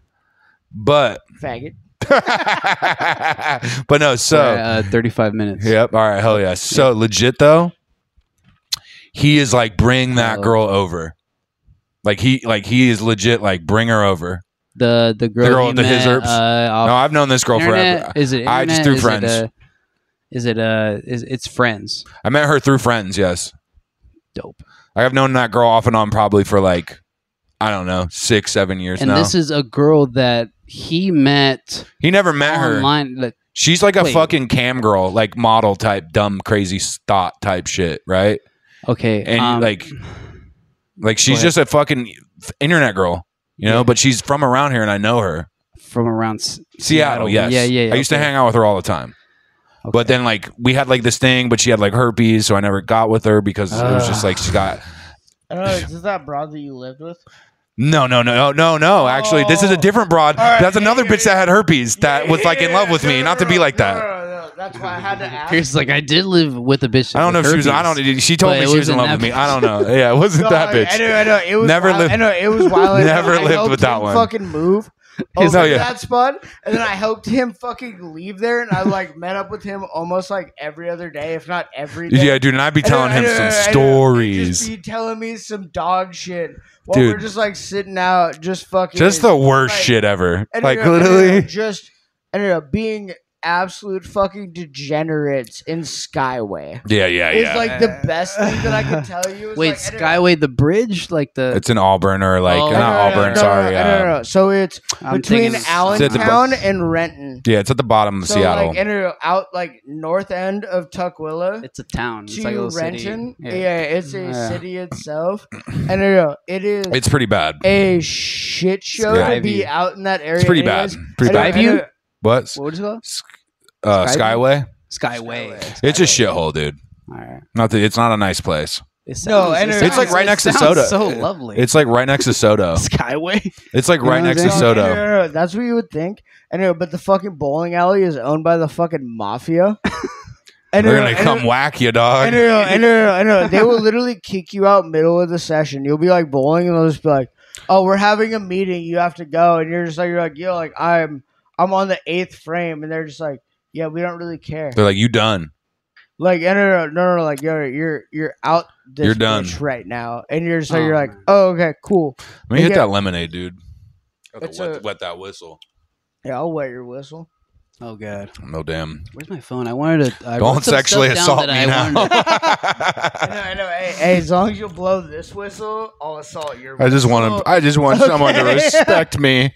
S3: but
S2: faggot.
S3: but no. So
S1: uh, 35 minutes.
S3: Yep. All right. Hell yeah. So legit though, he is like bring that
S1: Oh.
S3: girl over. Like he like he is legit like bring her over.
S1: The the girl,
S3: The girl
S1: he
S3: with the His
S1: met,
S3: Herbs?
S1: Uh, off
S3: No, I've known this girl
S1: internet?
S3: forever.
S1: Is it?
S3: I just
S1: internet?
S3: through
S1: Is it,
S3: friends.
S1: uh, Is it? Uh, is it's friends?
S3: I met her through friends. Yes,
S1: Dope.
S3: I have known that girl off and on probably for like I don't know six seven years
S1: And
S3: now.
S1: this is a girl that he met
S3: he never met her.
S1: online. Like,
S3: She's like a
S1: Wait.
S3: fucking cam girl, like model type, dumb, crazy thought type shit, right?
S1: okay,
S3: And
S1: um,
S3: like, like she's
S1: ahead.
S3: just a fucking internet girl, you know.
S1: Yeah.
S3: But she's from around here, and I know her.
S1: from around S-
S3: Seattle, yes.
S1: Yeah, yeah.
S3: I used to
S1: okay.
S3: hang out with her all the time. But then like we had like this thing, but she had like herpes, so I never got with her because it was just
S1: Ugh.
S3: like she got
S2: I don't know, is this that broad that you lived with?
S3: no, no, no, no, no, no. Actually, this is a
S2: Oh.
S3: different broad.
S2: All right,
S3: That's
S2: yeah,
S3: another
S2: yeah,
S3: bitch that had herpes that
S2: Yeah,
S3: was like in
S2: yeah,
S3: love with
S2: no,
S3: me.
S2: no,
S3: Not to
S2: no,
S3: be like
S2: no,
S3: that.
S2: No, no, no, That's why I had to ask.
S1: Pierce is like, I did live with a bitch.
S3: I don't know if she was. I don't. She told
S1: But
S3: me
S1: it
S3: she was in
S1: wasn't
S3: love with
S1: that
S3: me. I don't know. Yeah, it wasn't
S2: No,
S3: that
S2: I- I
S3: bitch.
S2: know, I know. It was
S3: Never
S2: wild.
S3: lived-
S2: I know it was wild.
S3: Never
S2: I
S3: lived
S2: helped
S3: with that
S2: him
S3: one.
S2: Fucking move over
S3: yeah.
S2: that spot, and then I helped him fucking leave there, and I like met up with him almost like every other day, if not every day.
S3: Yeah, dude, and I'd be
S2: I know,
S3: telling
S2: I
S3: him
S2: know, I
S3: some
S2: know. He'd
S3: stories.
S2: Just be telling me some dog shit while
S3: Dude.
S2: we're just like sitting out, just fucking.
S3: Just the worst
S2: Like-
S3: shit ever.
S2: I know,
S3: Like
S2: I know, I know,
S3: literally.
S2: just I don't know, being absolute fucking degenerates in Skyway.
S3: Yeah, yeah,
S2: It's
S3: yeah.
S2: like the best thing that I can tell you. It's
S1: Wait,
S2: like, I don't know,
S1: Skyway the bridge, like the
S3: It's in Auburn or like
S1: Oh. No,
S3: not
S1: no, no,
S3: Auburn.
S1: no,
S3: sorry.
S2: No, no, no,
S3: uh,
S2: no. So it's
S1: I'm
S2: between
S1: thinking it's-
S3: It's at the
S2: Allentown and Renton.
S3: Yeah, it's at the bottom of
S2: So
S3: Seattle.
S2: like, inter- out like north end of Tukwila
S1: It's a town. It's
S2: to
S1: like a little city.
S2: Renton. Yeah.
S1: Yeah.
S2: it's a
S1: Yeah.
S2: city itself. And I don't know, it is
S3: It's pretty bad.
S2: a shit show to
S1: Skyview.
S2: be out in that area.
S3: It's pretty
S2: It
S3: bad.
S2: is-
S3: Pretty
S2: I don't-
S3: bad.
S1: Skyview?
S2: I don't-
S3: What? S-
S1: What was it called?
S3: Uh,
S1: Skyview?
S3: Skyway?
S1: Skyway.
S3: It's a shithole, dude.
S1: All right.
S3: Not that it's not a nice place.
S1: It sounds,
S2: and
S1: it
S2: it's
S1: sounds-
S2: like
S3: right
S1: it
S3: next to
S1: sounds
S3: Soda.
S1: So lovely.
S3: It's like right next to Soto.
S1: Skyway.
S3: It's like
S1: You know
S3: right
S1: what I'm
S3: next to
S1: saying?
S2: No, no,
S3: Soto.
S2: no, no, That's what you would think. And uh, but the fucking bowling alley is owned by the fucking mafia. And
S3: They're
S2: uh,
S3: gonna
S2: and,
S3: come
S2: uh,
S3: whack you, dog.
S2: And, uh, and, uh, and, uh, they will literally kick you out middle of the session. You'll be like bowling, and they'll just be like, "Oh, we're having a meeting. You have to go." And you're just like, "You're like, yo, like I'm, I'm on the eighth frame," and they're just like, "Yeah, we don't really care."
S3: They're like, you done.
S2: Like, and, uh, no, no, no, like you're you're you're out. This
S3: You're done.
S2: bitch right now, and you're just like,
S1: Oh,
S2: you're like,
S1: man.
S2: "Oh, okay, cool."
S3: Let me
S2: They
S3: hit
S2: get-
S3: that lemonade, dude. Gotta
S2: It's
S3: Wet,
S2: a-
S3: wet that whistle.
S2: Yeah, I'll wet your whistle.
S1: Oh god,
S3: No damn.
S1: where's my phone? I wanted to. I
S3: Don't
S1: wrote some
S3: sexually
S1: stuff down
S3: assault
S1: that
S3: me
S1: I
S3: now.
S1: wanted to-
S2: I know, I know. Hey, hey, as long as you blow this whistle, I'll assault your.
S3: I just want to. I just want someone to
S2: Okay.
S3: respect me.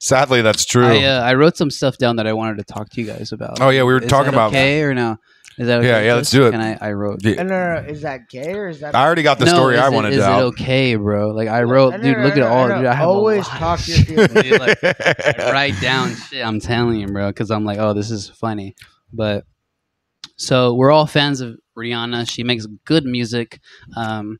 S3: Sadly, that's true.
S1: I, uh, I wrote some stuff down that I wanted to talk to you guys about.
S3: oh yeah, we were
S1: Is
S3: talking
S1: that
S3: about.
S1: okay or no? Is that okay?
S3: Yeah, yeah,
S1: Chris?
S3: let's do it.
S1: And I, I wrote.
S3: Yeah.
S2: And, uh, is that gay or is that?
S3: I already got the
S1: no,
S3: story
S1: is
S3: I
S1: it-
S3: wanted
S1: Is
S3: to.
S1: it
S3: out.
S1: okay, bro? Like I wrote,
S2: know,
S1: dude. Look at
S2: know,
S1: all.
S2: know.
S1: Dude, I have
S2: always
S1: a lot
S2: talk
S1: of
S2: your
S1: shit,
S2: feelings.
S1: dude, like, I write down shit. I'm telling you, bro, because I'm like, oh, this is funny. But so we're all fans of Rihanna. She makes good music, um,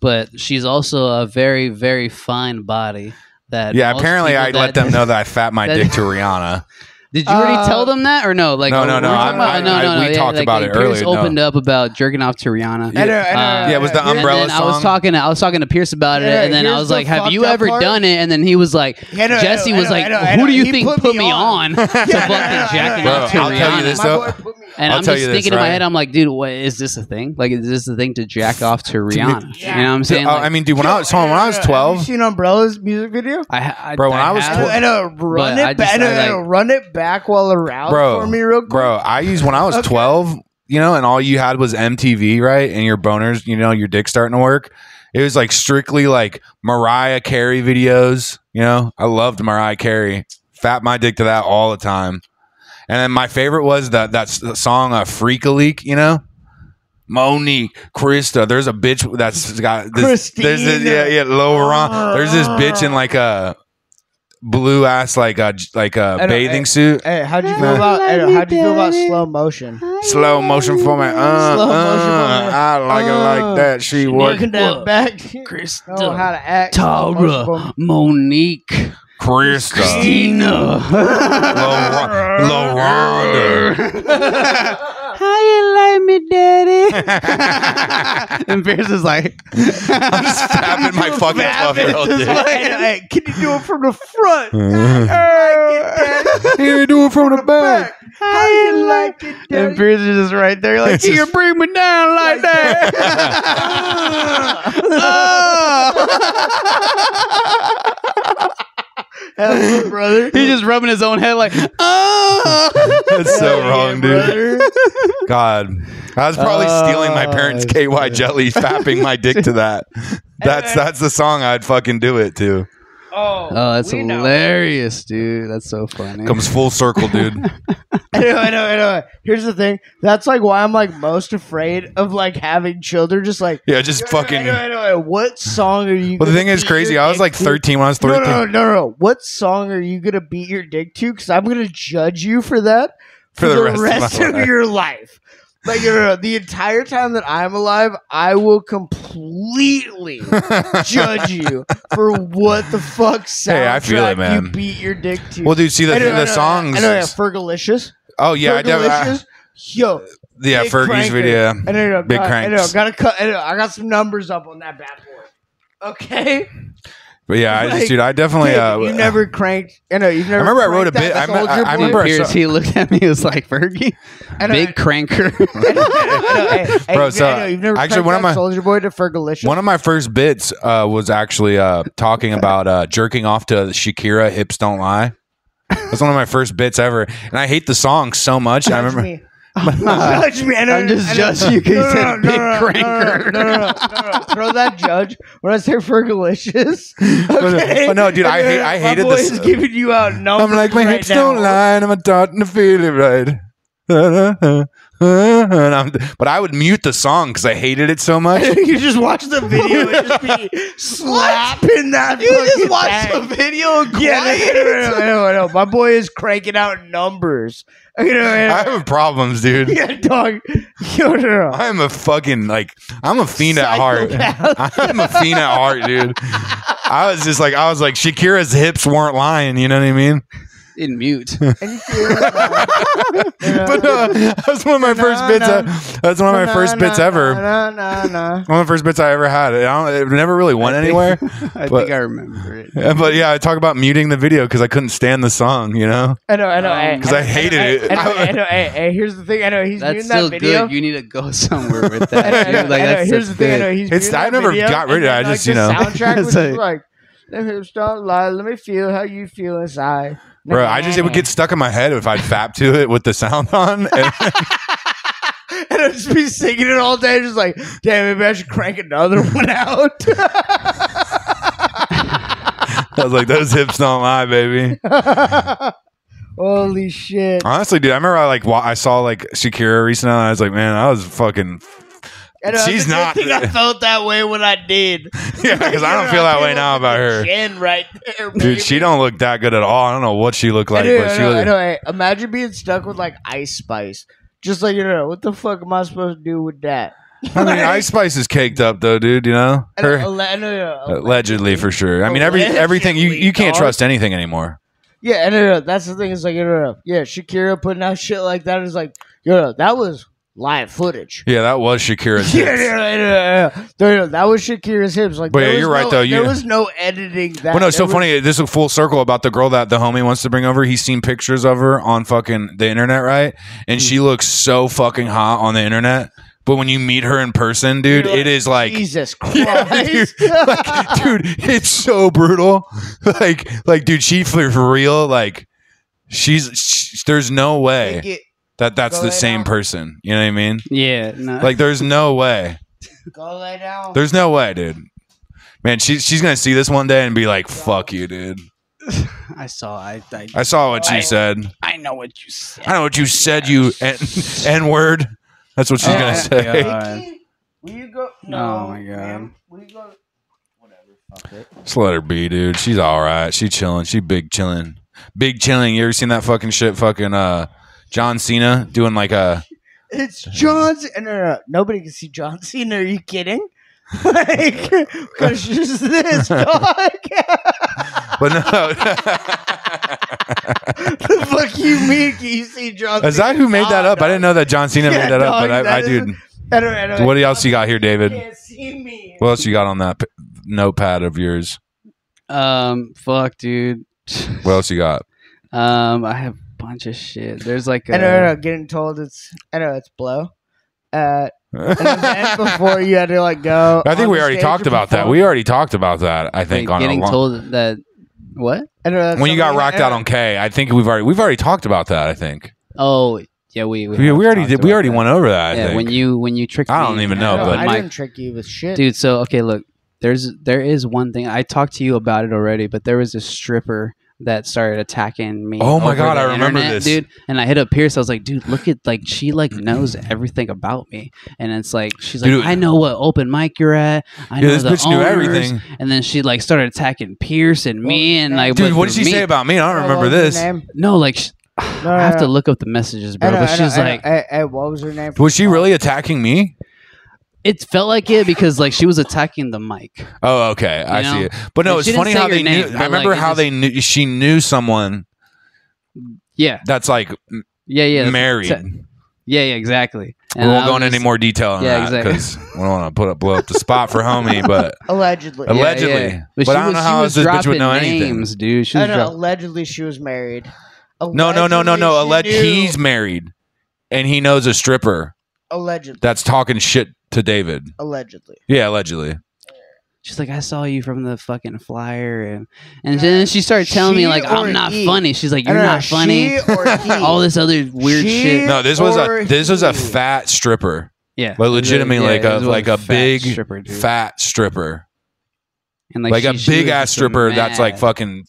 S1: but she's also a very, very fine body. That
S3: yeah,
S1: most
S3: apparently
S1: people
S3: I
S1: that-
S3: let them know that I fat my
S1: that-
S3: dick to Rihanna.
S1: Did you already
S2: Uh,
S1: tell them that or no? Like
S3: No, no,
S1: we're
S3: no,
S1: talking
S2: I-
S1: about-
S2: I-
S1: no,
S3: I-
S1: no,
S3: we
S1: yeah,
S3: talked
S1: like,
S3: about
S1: like,
S3: it
S1: Pierce
S3: early, no.
S1: opened up about jerking off to Rihanna.
S2: I know, I know,
S1: Uh,
S2: I
S3: Yeah, it was
S2: know.
S3: the um, umbrella
S1: and then I was
S3: song?
S1: talking. I was talking to Pierce about it,
S2: Yeah,
S1: and then I
S2: here's
S1: was
S2: the
S1: like, "Have
S2: fucked
S1: you
S2: up
S1: ever
S2: part."
S1: done it?" And then he was like,
S2: Yeah, I know, I know,
S1: "Jesse
S2: I
S1: was
S2: know,
S1: like,
S2: I know, I
S1: who
S2: know.
S1: do you
S2: He
S1: think put, me on, to fucking
S2: I know, I know,
S1: jacking
S2: I know.
S1: off to
S3: Bro, I'll
S1: Rihanna?"
S3: tell you this,
S2: My
S3: though.
S2: boy put me
S1: And
S3: I'll
S1: I'm
S3: tell
S1: just
S3: you this,
S1: thinking in my
S3: right?
S1: head, I'm like, "Dude, what is this a thing? Like, is this a thing to jack off to Rihanna?" You know what I'm saying?
S3: Oh,
S1: Like,
S3: I mean, dude, when I was
S2: Yo,
S3: when I was
S2: uh, Have
S3: twelve,
S2: you seen Umbrella's music video?
S1: I, I,
S3: Bro, when I was
S1: have-
S3: Well,
S2: And uh, run
S1: but I
S2: it back.
S1: just-
S2: And
S1: I
S2: uh,
S1: like-
S2: run it back while around
S3: Bro,
S2: for me, real quick.
S3: bro, I used when I was
S2: Okay.
S3: twelve, you know, and all you had was MTV, right? And your boners, you know, your dick starting to work. It was like strictly like Mariah Carey videos. You know, I loved Mariah Carey. Fat my dick to that all the time. And then my favorite was that that s- song uh, "Freak a Leak." You know, Monique, Krista. There's a bitch that's got this. There's this,
S2: Christina. Ah.
S3: yeah, yeah, Laurent. There's this bitch in like a blue ass like a j- like a
S2: I know,
S3: bathing
S2: I-
S3: suit.
S2: Hey, how'd you feel
S3: Nah.
S2: about? Hey, how'd you feel about slow motion?
S3: Slow motion for me. Uh,
S2: Slow motion
S3: uh,
S2: for me.
S3: I like it
S2: Uh,
S3: like that. She work.
S2: Working that
S1: What?
S2: back.
S1: Chris,
S2: Know how to act. Slow motion for me.
S1: Tara, Monique,
S3: Krista.
S1: Christina.
S3: Laura- Laronda.
S1: How you like me, daddy? and Pierce is like,
S3: I'm just fapping my fucking
S1: Fapping.
S3: 12-year-old
S1: Just
S3: dick.
S1: like-
S2: Hey, can you do it from the front?
S3: You do it from the back.
S2: How you like it,
S1: and
S2: daddy?
S1: Pierce is just right there, like,
S3: It's
S1: you
S3: just-
S1: can bring me down like
S2: Ah.
S1: that.
S2: Hello, brother.
S1: He's just rubbing his own head, like, oh.
S3: That's so wrong, dude.
S2: dude.
S3: God, I was probably
S1: Uh,
S3: stealing my parents' KY jelly, fapping my dick to that. That's that's the song I'd fucking do it to.
S2: Oh,
S1: Oh, that's
S2: we know.
S1: hilarious, dude. That's so funny.
S3: Comes full circle, dude.
S2: I know, I know, I know. Here's the thing. That's like why I'm like most afraid of like having children. Just like
S3: Yeah, just
S2: I
S3: fucking.
S2: know, I know, I know. What song are you?
S3: Well, the
S2: gonna
S3: thing is
S2: beat
S3: crazy.
S2: your
S3: I was
S2: dick
S3: like
S2: to?
S3: 13 when I was
S2: No,
S3: 13.
S2: no, no, no, no. What song are you gonna beat your dick to? Because I'm gonna judge you for that
S3: For the rest of my
S2: of,
S3: life.
S2: your life. Like you know, the entire time that I'm alive, I will completely judge you for what the fuck soundtrack
S3: Hey, I feel it, man.
S2: you beat your dick to.
S3: Well, dude, see the
S2: I know, I know,
S3: the songs.
S2: I know, yeah, Fergalicious.
S3: Oh yeah, I definitely. I-
S2: Fergalicious. Yo,
S3: Yeah,
S2: Big
S3: Fergie's
S2: cranker.
S3: video.
S2: I know, I know,
S3: Big
S2: God, I know,
S3: cranks.
S2: gotta cut. I, know, I got some numbers up on that bad boy. Okay,
S3: But yeah, I
S2: Like,
S3: just, dude, I definitely.
S2: Dude,
S3: uh,
S2: you never cranked. I know you never.
S3: remember I wrote a
S2: cranked that
S3: bit- I me-
S2: Soldier
S3: I- I
S2: Boy?
S3: remember I
S1: Pierce,
S3: saw-
S1: he looked at me. He was like, "Fergie,
S2: I know,
S1: big cranker."
S2: I know, I know, hey, hey,
S3: Bro,
S2: you-
S3: so,
S2: I know, you've never
S3: actually,
S2: actually
S3: one of my-
S2: Soldier Boy to Fergalicious.
S3: one of my first bits uh, was actually uh, talking about uh, jerking off to Shakira. Hips don't lie. That's one of my first bits ever, and I hate the song so much. I remember.
S2: Me. judge me. I know,
S1: I'm just
S2: I know.
S1: judging you 'cause you
S2: No, no,
S1: said
S2: no,
S1: big
S2: no, no,
S1: cranker.
S2: No, no, no, no, no, no. Throw that judge when I say Fergalicious.
S3: no.
S2: Okay?
S3: Oh, no, dude, I hate- I
S2: My
S3: hated
S2: boy
S3: this-
S2: is giving you out numbers.
S3: I'm like my
S2: right
S3: hips
S2: now.
S3: don't lie, and I'm starting to feel it right. Da, da, da. and I'm, but I would mute the song because I hated it so much.
S2: you just watch the video and just be slapping that.
S4: You just
S2: fucking
S4: watched
S2: bag.
S4: the video and
S2: Yeah, no, no, no,
S4: quiet.
S2: no, no, no, no. My boy is cranking out numbers. You know,
S3: I
S2: and-
S3: have problems, dude.
S2: yeah, dog. Yo, no, no.
S3: I'm a fucking like I'm a fiend at heart. I'm a fiend at heart, dude. I was just like I was like Shakira's hips weren't lying. You know what I mean?
S1: in mute.
S2: And you feel like-
S3: but uh, that was one of my first bits. Uh, that's one of my first bits ever.
S2: Na, na, na, na.
S3: One of the first bits I ever had. I don't, it never really went anywhere.
S1: I
S3: But-
S1: think I remember it.
S3: Yeah, But yeah, I talk about muting the video because I couldn't stand the song. You know,
S2: I know, I
S1: Um,
S2: know. I-
S3: because I hated it.
S2: I know, I know, hey, hey, here's the thing. I know he's
S1: That's
S2: doing
S1: still
S2: that video.
S1: good. You need to go somewhere with
S2: I know,
S1: that.
S2: I know,
S1: dude. Like
S2: I know.
S1: that's
S2: here's
S1: that's
S2: the thing. I know
S1: good.
S2: he's
S3: It's-
S2: doing
S3: I
S2: that
S3: never
S2: video,
S3: got rid of it.
S2: and
S3: I
S2: then,
S3: just, you know.
S2: like, the soundtrack was
S1: It's
S2: just like, let me stop lie. Let me feel how you feel inside,
S3: bro. I just it would get stuck in my head if I'd fap to it with the sound on. And
S2: and I'd just be singing it all day, just like, damn, maybe I should crank another one out.
S3: I was like, those hips don't lie, baby.
S2: Holy shit!
S3: Honestly, dude, I remember I like wa- I saw like Shakira recently, and I was like, man, I was fucking
S2: I know,
S3: she's
S2: it's a uh, good
S3: not-
S2: thing I felt that way when I did.
S3: yeah, because I don't feel that way now about her,
S2: Chin right there, baby.
S3: dude. She don't look that good at all. I don't know what she looked like,
S2: I know,
S3: but
S2: I
S3: she
S2: know, I
S3: looked.
S2: know, hey, imagine being stuck with like Ice Spice. Just like you know, what the fuck am I supposed to do with that?
S3: I mean, Ice Spice is caked up though, dude. You know
S2: I know,
S3: her
S2: uh, ale- I know, yeah,
S3: allegedly for sure. I mean, every everything you you can't
S2: Allegedly,
S3: trust anything anymore.
S2: yeah, I know, yeah, that's the thing. It's like you know, yeah, Shakira putting out shit like that is like, you know, that was live footage.
S3: Yeah, that was Shakira's.
S2: Yeah,
S3: hits.
S2: yeah, yeah, yeah, yeah. No, no, that was Shakira's hips. Like,
S3: But
S2: there
S3: yeah,
S2: was
S3: you're right,
S2: no-
S3: though, you-
S2: there was no editing. That
S3: Well, no, it's
S2: There
S3: so
S2: was-
S3: funny. This is a full circle about the girl that the homie wants to bring over. He's seen pictures of her on fucking the internet, right? And she
S2: Mm.
S3: looks so fucking hot on the internet. But when you meet her in person, dude,
S2: You're
S3: it is like
S2: Jesus
S3: Yeah,
S2: Christ.
S3: dude. like, dude, it's so brutal. Like, like, dude, she for for real. Like, she's sh there's no way
S2: Like
S3: that that's
S2: Go
S3: the
S2: lay
S3: same
S2: down.
S3: person. You know what I mean?
S1: Yeah, no.
S3: Like, there's no way.
S2: it- Go lay down.
S3: There's no way, dude. Man, she, she's gonna see this one day and be like, "Fuck you, dude."
S1: I saw. I, I
S3: I saw what she
S1: Right.
S3: said.
S1: I know what you said.
S3: I know what you said. You n n word. That's what she's
S1: Oh,
S3: gonna say.
S1: yeah.
S2: Nikki, will you go?
S1: Oh, my God.
S2: ma'am, Will you go? Whatever. Fuck it.
S3: Just let her be, dude. She's all right. She chilling. She big chilling. Big chilling. You ever seen that fucking shit? Fucking uh, John Cena doing like a.
S2: It's John Cena. No, no, no. Nobody can see John Cena. Are you kidding? Like, because she's this dog.
S3: But no,
S2: the fuck you mean? Can you see John?
S3: is that who made that up? I didn't know that John Cena
S2: Yeah,
S3: made that up. But
S2: dog,
S3: I, I
S2: that is-
S3: dude,
S2: I don't, I don't,
S3: what else you got here,
S2: You
S3: David?
S2: can't see me.
S3: What else you got on that p- notepad of yours?
S1: Um, fuck, dude.
S3: What else you got?
S1: Um, I have a bunch of shit. There's like
S2: I
S1: a.
S2: know, I know. Getting told it's. I know it's blow. Uh, and then
S3: I
S2: before you had to like go.
S3: think
S2: on
S3: we
S2: the
S3: already
S2: stage
S3: talked
S2: and
S3: about that.
S2: perform.
S3: We already talked about that. I think
S1: wait,
S3: on a
S1: getting
S3: long,
S1: told that what?
S2: I know, that's
S3: when you got
S2: something-
S3: rocked
S2: I
S3: out
S2: know.
S3: on K. I think we've already we've already talked about that. I think
S1: Oh, yeah, we we,
S3: we,
S1: have
S3: we already
S1: talked
S3: did. We
S1: about
S3: already
S1: that.
S3: went over that. I
S1: yeah,
S3: think.
S1: when you when you tricked.
S3: I
S1: me,
S3: don't even
S2: No,
S3: know, but-
S2: I
S1: Mike-
S2: didn't trick you with shit,
S1: dude. So okay, look, there's there is one thing I talked to you about it already, but there was a stripper that started attacking me.
S3: Oh my
S1: over
S3: God,
S1: the
S3: I remember
S1: internet,
S3: this.
S1: dude. And I hit up Pierce. I was like, dude, look at like she like knows everything about me, and it's like she's like,
S3: Dude.
S1: I know what open mic you're at. I
S3: yeah,
S1: know
S3: this
S1: the
S3: bitch knew
S1: owners."
S3: everything.
S1: And then she like started attacking Pierce and me, and like
S3: Dude,
S1: but
S3: what did
S1: for
S3: she
S1: me-
S3: say about me? I don't remember
S2: what was her
S3: this.
S2: name?
S1: No, like. She,
S2: No,
S1: I have
S2: no,
S1: to
S2: no.
S1: look up the messages,
S2: I
S1: bro.
S2: know,
S1: but
S2: I know,
S1: she's
S2: I know.
S1: like,
S2: Hey, hey, what was her name?
S3: Was she really attacking me?
S1: it felt like it because like she was attacking the mic.
S3: Oh, okay, I
S1: You
S3: see
S1: know?
S3: it. But no,
S1: And
S3: it's
S1: she didn't
S3: funny
S1: say
S3: how
S1: your
S3: they
S1: name,
S3: knew.
S1: but,
S3: I remember
S1: like, it
S3: how
S1: just-
S3: they knew. She knew someone
S1: Yeah,
S3: that's like m-
S1: yeah, yeah. that's-
S3: married.
S1: that's- Yeah, yeah, exactly.
S3: we won't
S1: I
S3: go
S1: was
S3: into any
S1: just-
S3: more detail on
S1: Yeah,
S3: that
S1: exactly.
S3: because we don't want to put up blow up the spot for homie. But
S2: Allegedly.
S1: Yeah,
S3: Allegedly.
S1: yeah.
S3: But I don't know
S1: she
S3: how else this bitch
S1: dropping
S3: would know anything.
S1: names, dude. She
S2: I
S1: was
S2: know,
S1: dro-
S2: allegedly she was married.
S3: no, no, no, no, no. Alleged
S2: she knew-
S3: he's married, and he knows a stripper
S2: allegedly,
S3: that's talking shit to David.
S2: allegedly.
S3: Yeah, allegedly.
S1: she's like, I saw you from the fucking flyer, and and then she started telling me
S2: She
S1: like,
S2: or
S1: I'm not
S2: he?
S1: funny. She's like,
S2: I
S1: you're
S2: don't know,
S1: not funny.
S2: She or he.
S1: All this other weird
S2: She-
S1: shit.
S3: No, this was
S2: Or
S3: a this was a
S2: he.
S3: fat stripper,
S1: yeah,
S3: but legitimately
S1: Yeah,
S3: like
S1: it
S3: a
S1: was
S3: like a
S1: fat
S3: big
S1: stripper, dude.
S3: fat stripper,
S1: and
S3: like, a
S1: she- she was
S3: big ass
S1: just
S3: stripper that's like
S1: mad.
S3: fucking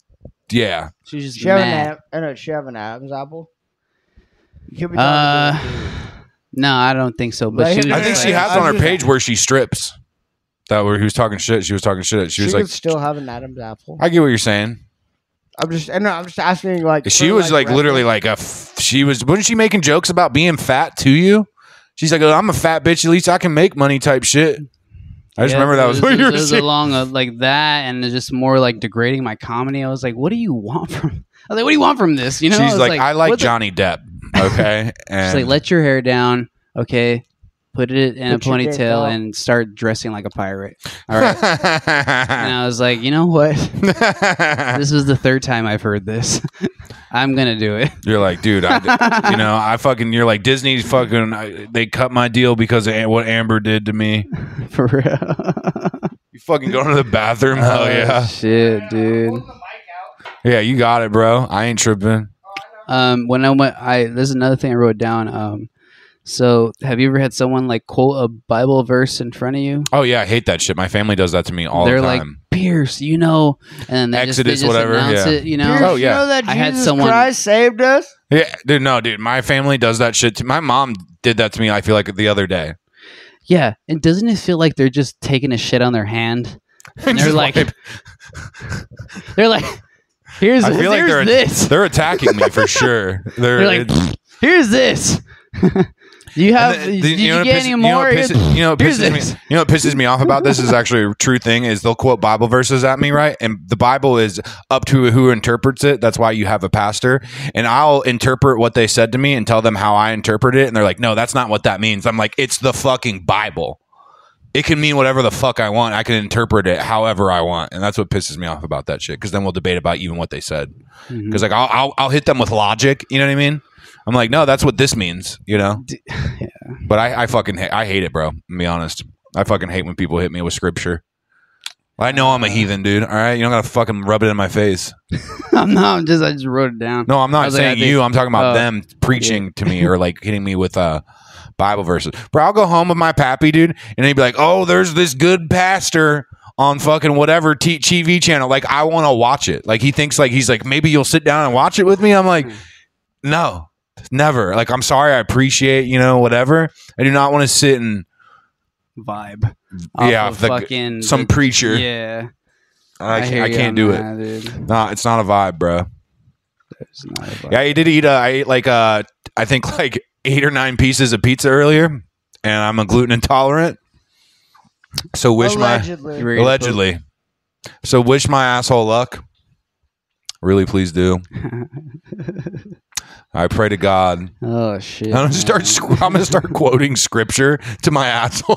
S3: yeah.
S1: She was just
S2: She have an
S1: mad.
S2: Ad- I know, she have an Adam's apple. You could be talking
S1: Uh,
S2: to a dude.
S1: No, I don't think so. But
S2: Like,
S1: she was
S2: I
S3: I think
S1: just
S3: she
S1: like-
S3: has on her page where she strips. That where he was talking shit. She was talking shit. She
S2: she
S3: was
S2: could
S3: like,
S2: still have an Adam's apple.
S3: I get what you're saying.
S2: I'm just, I know, I'm just asking, like,
S3: She
S2: for,
S3: was like
S2: reference.
S3: literally like a. F- she was wasn't she making jokes about being fat to you? She's like, "Oh, I'm a fat bitch. At least I can make money type shit. I just
S1: Yeah,
S3: remember that
S1: it
S3: was what
S1: it
S3: you
S1: it
S3: were
S1: was
S3: saying.
S1: along of like that, and it's just more like degrading my comedy. I was like, "What do you want from?" I was like, "What do you want from this?" You know, I
S3: She's
S1: was
S3: like, I like
S1: what the-
S3: Johnny Depp. Okay, and
S1: She's like, "Let your hair down, okay? Put it in
S2: Put
S1: a
S2: your dick
S1: ponytail
S2: out."
S1: and start dressing like a pirate." All right. and
S3: right.
S1: I was like, "You know what? This is the third time I've heard this. I'm gonna do it."
S3: You're like, dude, I, you know, I fucking, you're like, Disney fucking, I, they cut my deal because of Am- what Amber did to me.
S1: For real.
S3: You fucking go to the bathroom. Hell Oh, yeah.
S1: Shit, dude.
S3: Yeah, you got it, bro. I ain't tripping.
S1: Um, when I went, I there's another thing I wrote down. Um, so have you ever had someone like quote a Bible verse in front of you?
S3: Oh, yeah, I hate that shit. My family does that to me all
S1: They're
S3: the
S1: like
S3: time.
S1: Pierce, you know, and they
S3: Exodus,
S1: just, they just
S3: whatever,
S1: announce
S3: yeah.
S1: it, you
S2: Pierce,
S1: know.
S3: Oh,
S2: you
S3: yeah.
S2: know that
S1: I had
S2: Jesus
S1: someone-
S2: Christ saved us.
S3: yeah, dude, no, dude, my family does that shit. To, my mom did that to me, I feel like, the other day.
S1: Yeah, and doesn't it feel like they're just taking a shit on their hand? And they're
S3: Just
S1: like, they're like, here's,
S3: I feel like
S1: here's
S3: they're-
S1: this,
S3: They're attacking me for sure. They're,
S1: They're like,
S3: it's-
S1: here's this. Do you have?
S3: And the- the-
S1: did you,
S3: know what
S1: get
S3: pisses-
S1: any more?
S3: You know, what pisses, you know what
S1: Here's
S3: pisses
S1: this.
S3: me. You know what pisses me off about this is actually a true thing. Is they'll quote Bible verses at me, right? And the Bible is up to who interprets it. That's why you have a pastor. And I'll interpret what they said to me and tell them how I interpret it. And they're like, "No, that's not what that means." I'm like, "It's the fucking Bible. It can mean whatever the fuck I want. I can interpret it however I want." And that's what pisses me off about that shit. Because then we'll debate about even what they said.
S1: Mhm.
S3: Because like I'll, I'll I'll hit them with logic. You know what I mean? I'm like, no, that's what this means. You know.
S1: Yeah.
S3: But I, I fucking hate, I hate it, bro. To be honest, I fucking hate when people hit me with scripture. I know I'm a heathen, dude. All right, you don't gotta fucking rub it in my face.
S1: I'm not. I'm just. I just wrote it down.
S3: No, I'm
S1: I
S3: not
S1: was like,
S3: saying
S1: I think-
S3: you. I'm talking about
S1: oh,
S3: them preaching to me or like hitting me with uh Bible verses. Bro, I'll go home with my pappy, dude, and he'd be like, "Oh, there's this good pastor." On fucking whatever t- TV channel, like I want to watch it. Like he thinks, like he's like maybe you'll sit down and watch it with me. I'm like, no, never. Like I'm sorry, I appreciate you know whatever. I do not want to sit and
S1: Vibe.
S3: Yeah,
S1: of
S3: the-
S1: fucking
S3: some preacher.
S1: Yeah,
S3: I,
S1: hear
S3: can't, I
S1: you
S3: can't
S1: on
S3: do it.
S1: that, dude.
S3: Nah, it's not a vibe, bro.
S1: It's not a vibe.
S3: Yeah, I did eat. Uh, I ate like uh, I think like eight or nine pieces of pizza earlier, and I'm a gluten intolerant. So wish
S2: Allegedly.
S1: You
S3: my
S1: ready to
S3: allegedly. So wish my asshole luck. Really, please do. I pray to God.
S1: poop? Oh shit!
S3: I'm gonna start. squ- I'm gonna start quoting scripture to my asshole.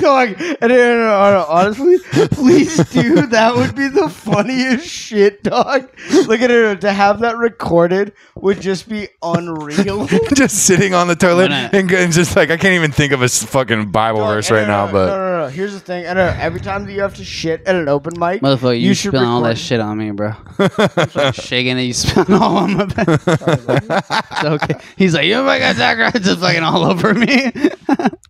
S2: Dog, and no, no, no, honestly, please do. That would be the funniest shit, dog. Look at it. To have that recorded would just be unreal.
S3: just sitting on the toilet
S1: Why not?
S3: and, and just like I can't even think of a s- fucking Bible
S2: Dog,
S3: verse
S2: and
S3: right
S2: no,
S3: now.
S2: no,
S3: But
S2: no, no, no. Here's the thing. And no, every time that you have to shit at an open mic,
S1: Motherfucker, you,
S2: You should
S1: spilling all
S2: record
S1: that
S2: it.
S1: shit on me, bro. I'm shaking it. You spilling all on my back. it's okay. He's like, you fucking attacker. It's just fucking all over me.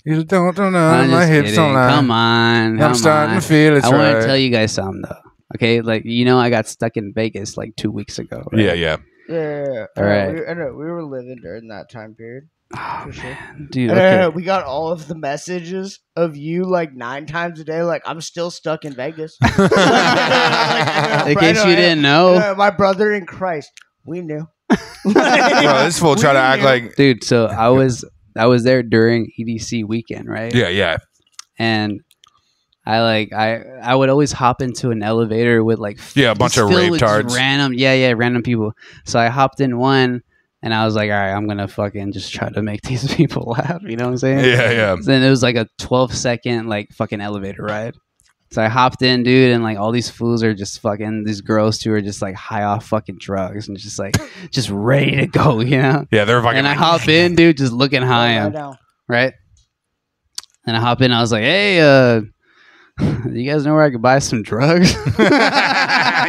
S3: You don't, don't know.
S1: I'm
S3: Uh, my
S1: just
S3: hips
S1: kidding.
S3: don't lie.
S1: Come on.
S3: I'm
S1: come
S3: starting
S1: on.
S3: to feel it's
S1: I want
S3: right.
S1: to tell you guys something though. Okay, like you know, I got stuck in Vegas like two weeks ago. right?
S3: Yeah, yeah.
S2: Yeah, yeah, yeah.
S1: All right.
S2: We, I know, we were living during that time period. For sure.
S1: dude.
S2: And I know,
S1: Okay.
S2: Eh, we got all of the messages of you like nine times a day. Like I'm still stuck in Vegas.
S1: In
S2: In
S1: case you didn't know,
S2: Uh, my brother in Christ. We knew.
S3: Bro, this fool try to act like.
S1: dude. So I was I was there during EDC weekend, right?
S3: Yeah, yeah.
S1: and I like I I would always hop into an elevator with like f-
S3: Yeah, a bunch
S1: just
S3: of
S1: filled with just
S3: rapetards.
S1: random yeah yeah random people. So I hopped in one, and I was like, all right, I'm gonna fucking just try to make these people laugh. You know what I'm saying?
S3: Yeah, yeah.
S1: Then it was like a 12 second like fucking elevator ride. So I hopped in, dude, and like all these fools are just fucking these girls too are just like high off fucking drugs and just like just ready to go, you know.
S3: Yeah, they're fucking.
S1: And I hop in, dude, just looking high. I'm-
S2: know.
S1: right? And I hop in. I was like, "Hey, uh, you guys know where I could buy some drugs,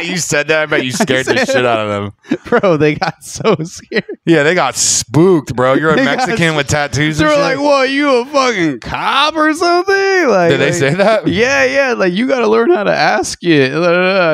S3: you said that. I bet you scared the shit out of them.
S1: bro?" They got so scared.
S3: Yeah, they got spooked, bro. You're a
S1: They got
S3: Mexican with tattoos.
S1: They
S3: And
S1: were
S3: shit.
S1: like, "What? You a fucking cop or something?" Like,
S3: Did they
S1: like,
S3: say that?
S1: Yeah, yeah. Like, you got to learn how to ask it. And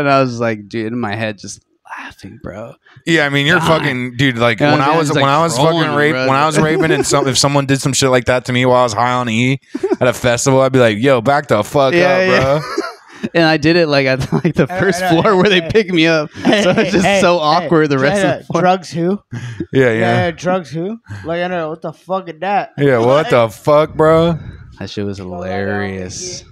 S1: I was just like, dude, in my head, just laughing, bro.
S3: Yeah, I mean, you're
S1: God.
S3: fucking dude. Like
S1: Yeah,
S3: when I
S1: man,
S3: was
S1: it's
S3: when
S1: like
S3: I was fucking
S1: trolling,
S3: raped
S1: bro.
S3: when I was raping and some if someone did some shit like that to me while I was high on E at a festival, I'd be like, "Yo, back the fuck
S1: Yeah,
S3: up,
S1: yeah.
S3: bro."
S1: And I did it like at like the
S2: Hey,
S1: first
S2: hey,
S1: floor where they
S2: hey.
S1: picked me up. So it's just
S2: Hey,
S1: so
S2: hey,
S1: awkward the
S2: hey,
S1: rest
S2: yeah,
S1: of the floor.
S2: drugs who?
S3: Yeah,
S2: Yeah.
S3: yeah,
S2: drugs who? Like I know what the fuck is that?
S3: yeah. What the fuck, bro?
S1: That shit was hilarious.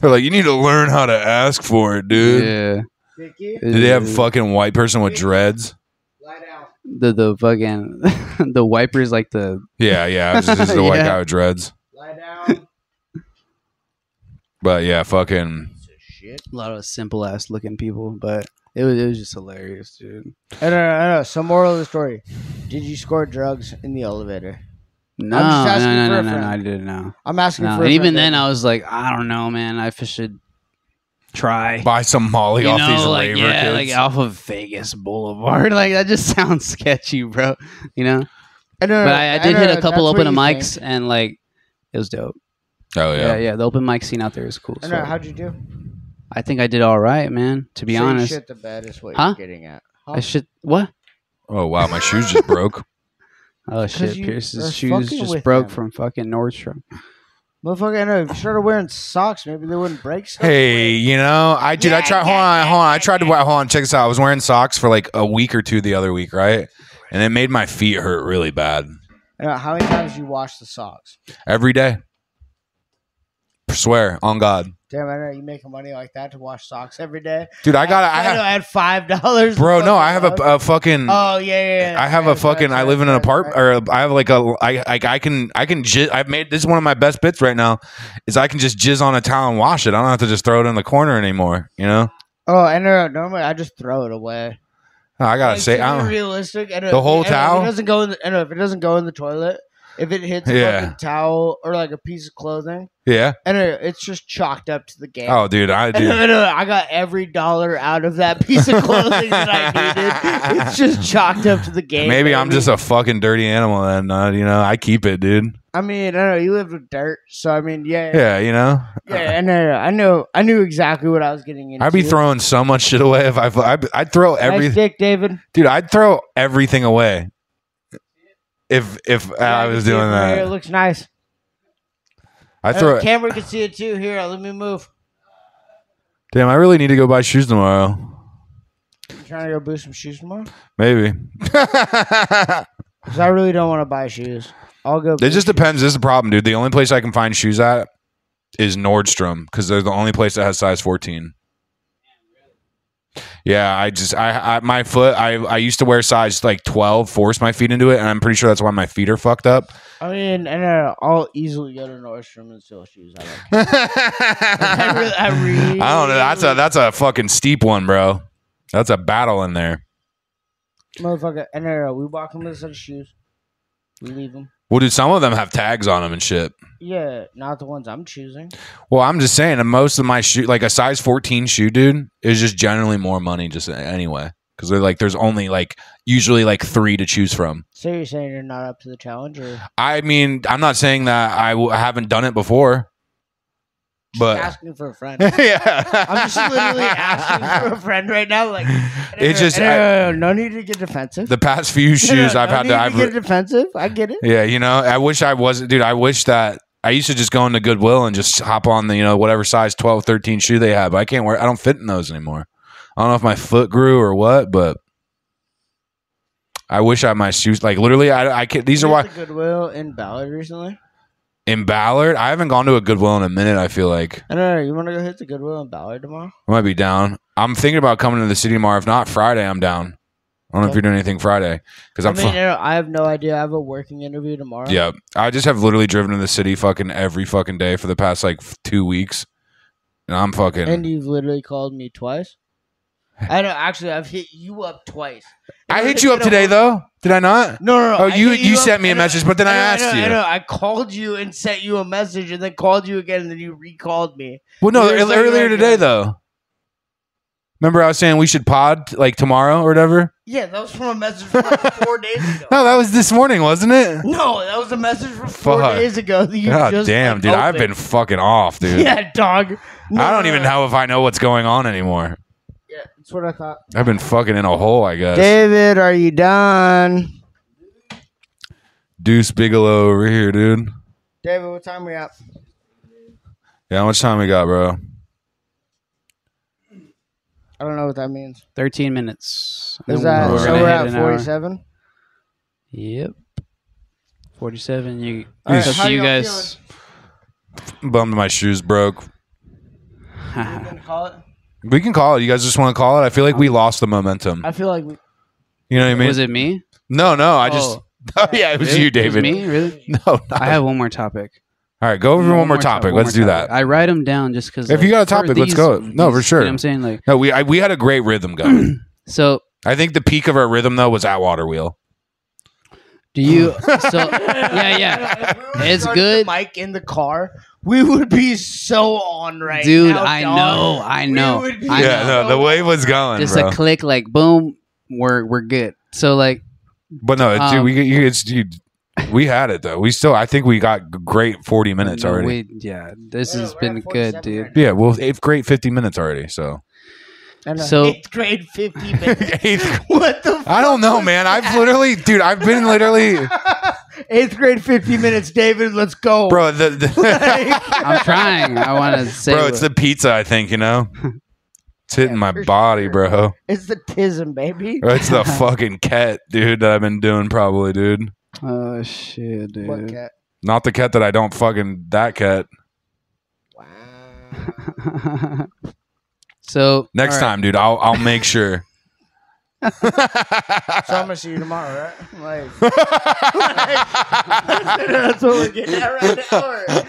S3: They're like, "You need to learn how to ask for it, dude."
S1: Yeah.
S2: Dickie,
S3: Did they have fucking white person with dreads?
S2: lie down.
S1: the the fucking the wipers like the
S3: Yeah, yeah. This is the white
S1: Yeah.
S3: guy with dreads.
S2: Lie down.
S3: But yeah, fucking.
S2: Shit.
S1: a lot of simple ass looking people, but it was it was just hilarious, dude.
S2: I don't know. I don't know. So moral of the story: Did you score drugs in the elevator?
S1: No,
S2: I'm just
S1: no,
S2: asking
S1: no,
S2: for
S1: no,
S2: a
S1: no,
S2: friend.
S1: no, I didn't know.
S2: I'm asking
S1: No.
S2: for.
S1: And
S2: a
S1: even
S2: friend.
S1: then, I was like, I don't know, man. I f- should try.
S3: buy some Molly
S1: You
S3: off
S1: know,
S3: these
S1: like
S3: raver
S1: yeah,
S3: kids.
S1: like off of Vegas Boulevard. Like that just sounds sketchy, bro. You know.
S2: I don't know.
S1: But I, I did
S2: don't
S1: hit
S2: know.
S1: a couple
S2: That's
S1: open of
S2: what you
S1: mics
S2: think.
S1: and like it was dope.
S3: oh
S1: Yeah. yeah,
S3: yeah.
S1: The open mic scene out there is cool.
S2: I
S1: So
S2: don't know. How'd you do?
S1: I think I did all right, man. To be
S2: Say
S1: honest,
S2: shit the bed is what
S1: Huh?
S2: you're getting at.
S1: I should what?
S3: Oh wow, my shoes just broke.
S1: Oh shit!
S2: you are
S1: Pierce's
S2: fucking
S1: shoes
S2: with
S1: just broke
S2: him.
S1: from fucking Nordstrom.
S2: Motherfucker, I know. If you started wearing socks, maybe they wouldn't break. So
S3: Hey, you know, I dude, I tried. Hold on, hold on. I tried to hold on. Check this out. I was wearing socks for like a week or two the other week, right? And it made my feet hurt really bad
S2: I don't know, how many times you wash the socks?
S3: every day. Swear on God,
S2: Damn, I know you making money like that to wash socks every day.
S3: dude. I got. I
S2: know
S3: have,
S2: I had five dollars.
S3: bro. No, I have a, a fucking.
S2: Oh yeah, yeah. yeah.
S3: I have
S2: Right,
S3: a
S2: right,
S3: fucking. I
S2: right,
S3: live in an
S2: right,
S3: apartment,
S2: right.
S3: or I have like a. I like I can. I can. Jizz, I've made this is one of my best bits right now. Is I can just jizz on a towel and wash it. I don't have to just throw it in the corner anymore. You know.
S2: Oh, I know. Normally, I just throw it away.
S3: Oh, I gotta
S2: Like,
S3: say,
S2: to
S3: I
S2: be
S3: don't,
S2: realistic. I know,
S3: The whole
S2: I know, If
S3: towel?
S2: it doesn't go in. The, I know if it doesn't go in the toilet. If it hits a
S3: Yeah.
S2: fucking towel or like a piece of clothing,
S3: yeah.
S2: I know it's just chalked up to the game.
S3: Oh, dude, I
S2: I, know,
S3: do.
S2: I, know, I got every dollar out of that piece of clothing that I needed. It's just chalked up to the game.
S3: Maybe I'm
S2: baby.
S3: just a fucking dirty animal, and uh, you know, I keep it, dude.
S2: I mean, I know you lived with dirt, so I mean, yeah, yeah.
S3: Yeah, you know,
S2: I know, I know, I knew exactly what I was getting into.
S3: I'd be throwing so much shit away if I. fu- I'd, I'd throw
S2: Nice
S3: everything,
S2: dick, David.
S3: dude. I'd throw everything away. If if I
S2: Yeah, can
S3: was
S2: see it
S3: doing
S2: from here. It
S3: that,
S2: looks nice.
S3: I
S2: Uh,
S3: throw. it.
S2: camera can see it too. Here, let me move.
S3: Damn, I really need to go buy shoes tomorrow.
S2: You trying to go boost some shoes tomorrow?
S3: Maybe.
S2: Because I really don't want to buy shoes. I'll go.
S3: it just depends. This is the problem, dude. The only place I can find shoes at is Nordstrom because they're the only place that has size 14. Yeah, I just I, I my foot I I used to wear size like 12, force my feet into it, and I'm pretty sure that's why my feet are fucked up.
S2: I mean, and uh, I'll easily go to Nordstrom and steal shoes. I don't care.
S3: I,
S2: really- I really-
S3: don't know. That's a that's a fucking steep one, bro. That's a battle in there.
S2: Motherfucker, and uh, we walk them with a set of shoes. We leave them.
S3: Well, dude, some of them have tags on them and shit.
S2: Yeah, not the ones I'm choosing.
S3: Well, I'm just saying, and most of my shoe, like a size 14 shoe, dude, is just generally more money, just anyway, because they're like, there's only like usually like three to choose from.
S2: So you're saying you're not up to the challenge, or
S3: I mean, I'm not saying that I w- haven't done it before, but
S2: asking for a friend?
S3: yeah,
S2: I'm just literally asking for a friend right now. Like
S3: It's just-
S2: no,
S3: I-
S2: no, "Oh, no, no need to get defensive.
S3: the past few
S2: No, no,
S3: shoes I've
S2: no
S3: had
S2: need
S3: to, I've,
S2: get defensive. I get it.
S3: yeah, you know, I wish I wasn't, dude. I wish that. I used to just go into Goodwill and just hop on the, you know, whatever size 12, 13 shoe they have. But I can't wear, I don't fit in those anymore. I don't know if my foot grew or what, but I wish I my shoes, like literally, I, I can't, these are
S2: You
S3: why
S2: went to Goodwill in Ballard recently.
S3: in Ballard, I haven't gone to a Goodwill in a minute. I feel like
S2: I don't know. You want to go hit the Goodwill in Ballard tomorrow?
S3: I might be down. I'm thinking about coming to the city tomorrow. If not Friday, I'm down. I don't know if
S2: Okay.
S3: you're doing anything Friday because
S2: I
S3: I'm,
S2: mean,
S3: fu-
S2: you know, I have no idea. I have a working interview tomorrow.
S3: yeah, I just have literally driven to the city fucking every fucking day for the past like f- two weeks. And I'm fucking.
S2: And you've literally called me twice. I know. Actually, I've hit you up twice.
S3: I
S2: And
S3: hit
S2: I
S3: you up
S2: hit
S3: today
S2: up-
S3: though. Did I not?
S2: No, no. no,
S3: Oh,
S2: I
S3: you
S2: hit
S3: you
S2: up-
S3: sent me a
S2: I know-
S3: message, but then I,
S2: know,
S3: asked
S2: know, I,
S3: you.
S2: know. I called you and sent you a message, and then called you again, and then you recalled me.
S3: Well, no,
S2: There's
S3: ear-
S2: like
S3: earlier
S2: right
S3: today
S2: now.
S3: though. Remember, I was saying we should pod like tomorrow or whatever.
S2: Yeah, that was from a message from like four days ago.
S3: No, that was this morning, wasn't it?
S2: No, that was a message from four
S3: Fuck.
S2: days ago. That you
S3: God
S2: just,
S3: damn,
S2: like,
S3: dude, I've
S2: opened.
S3: been fucking off, dude.
S2: Yeah, dog. No,
S3: I don't
S2: no,
S3: even
S2: no.
S3: know if I know what's going on anymore.
S2: Yeah, that's what I thought.
S3: I've been fucking in a hole, I guess.
S2: David, are you done?
S3: Deuce Bigelow over here, dude.
S2: David, what time we at?
S3: Yeah, how much time we got, bro?
S2: I don't know what that means.
S1: Thirteen minutes. And
S2: Is
S1: then
S2: that
S3: we're
S2: so?
S1: gonna
S2: We're
S1: hit
S2: at
S1: an hour.
S2: forty-seven.
S1: Yep. Forty-seven. You.
S2: All right,
S1: so
S2: how
S1: you
S2: y'all
S1: guys.
S3: Bummed my shoes broke.
S2: Call it.
S3: We can call it. You guys just want to call it? I feel like we lost the momentum.
S2: I feel like we,
S3: You know what I mean?
S1: was it me?
S3: no, no. I just.
S1: Oh.
S3: Oh, yeah, it was you,
S1: It was
S3: David.
S1: me, really?
S3: No, not-
S1: I have one more topic.
S3: All right, go over one, more topic.
S1: one
S3: Let's
S1: more
S3: do
S1: topic.
S3: that.
S1: I write them down just because.
S3: If you got a topic, let's go. No, for sure.
S1: You know what I'm saying like
S3: No, we I, we had a great rhythm going.
S1: so.
S3: I think the peak of our rhythm though was at Water Wheel.
S1: Do you? So yeah, yeah. It's
S2: started
S1: good.
S2: The mic in the car. We would be so on right
S1: Dude,
S2: now,
S1: I
S2: dog.
S1: know, I
S2: We
S1: know,
S2: would be
S1: I
S3: yeah,
S1: know.
S3: no, the wave was going,
S1: Just
S3: bro.
S1: a click, like boom, we're we're good. So like
S3: but no, dude,
S1: um,
S3: we you, it's dude, we had it though. We still, I think we got g- great forty minutes
S1: no,
S3: already.
S1: we- yeah, this
S2: Yeah,
S1: has
S2: we're
S1: been
S2: at
S1: good,
S2: 47
S1: dude.
S2: right
S3: yeah, well, eighth great fifty minutes already. So
S2: I know.
S1: So-
S2: eighth grade, fifty minutes.
S3: eighth,
S2: what the?
S3: I don't know, man. I've literally, dude, I've been literally,
S2: F- eighth grade, fifty minutes. David, let's go,
S3: bro. The, the
S1: I'm trying. I want to say,
S3: bro, it's the pizza. I think you know, it's hitting my
S2: for
S3: body,
S2: sure.
S3: bro.
S2: It's the tism, baby.
S3: It's the fucking cat, dude, that I've been doing probably, dude.
S1: oh shit, dude.
S2: What cat?
S3: Not the cat that I don't fucking that cat.
S2: Wow.
S1: so
S3: Next
S1: all right.
S3: time, dude, I'll I'll make sure.
S2: So I'm gonna see you tomorrow, right? Like, that's what we're getting at right now. or- Like,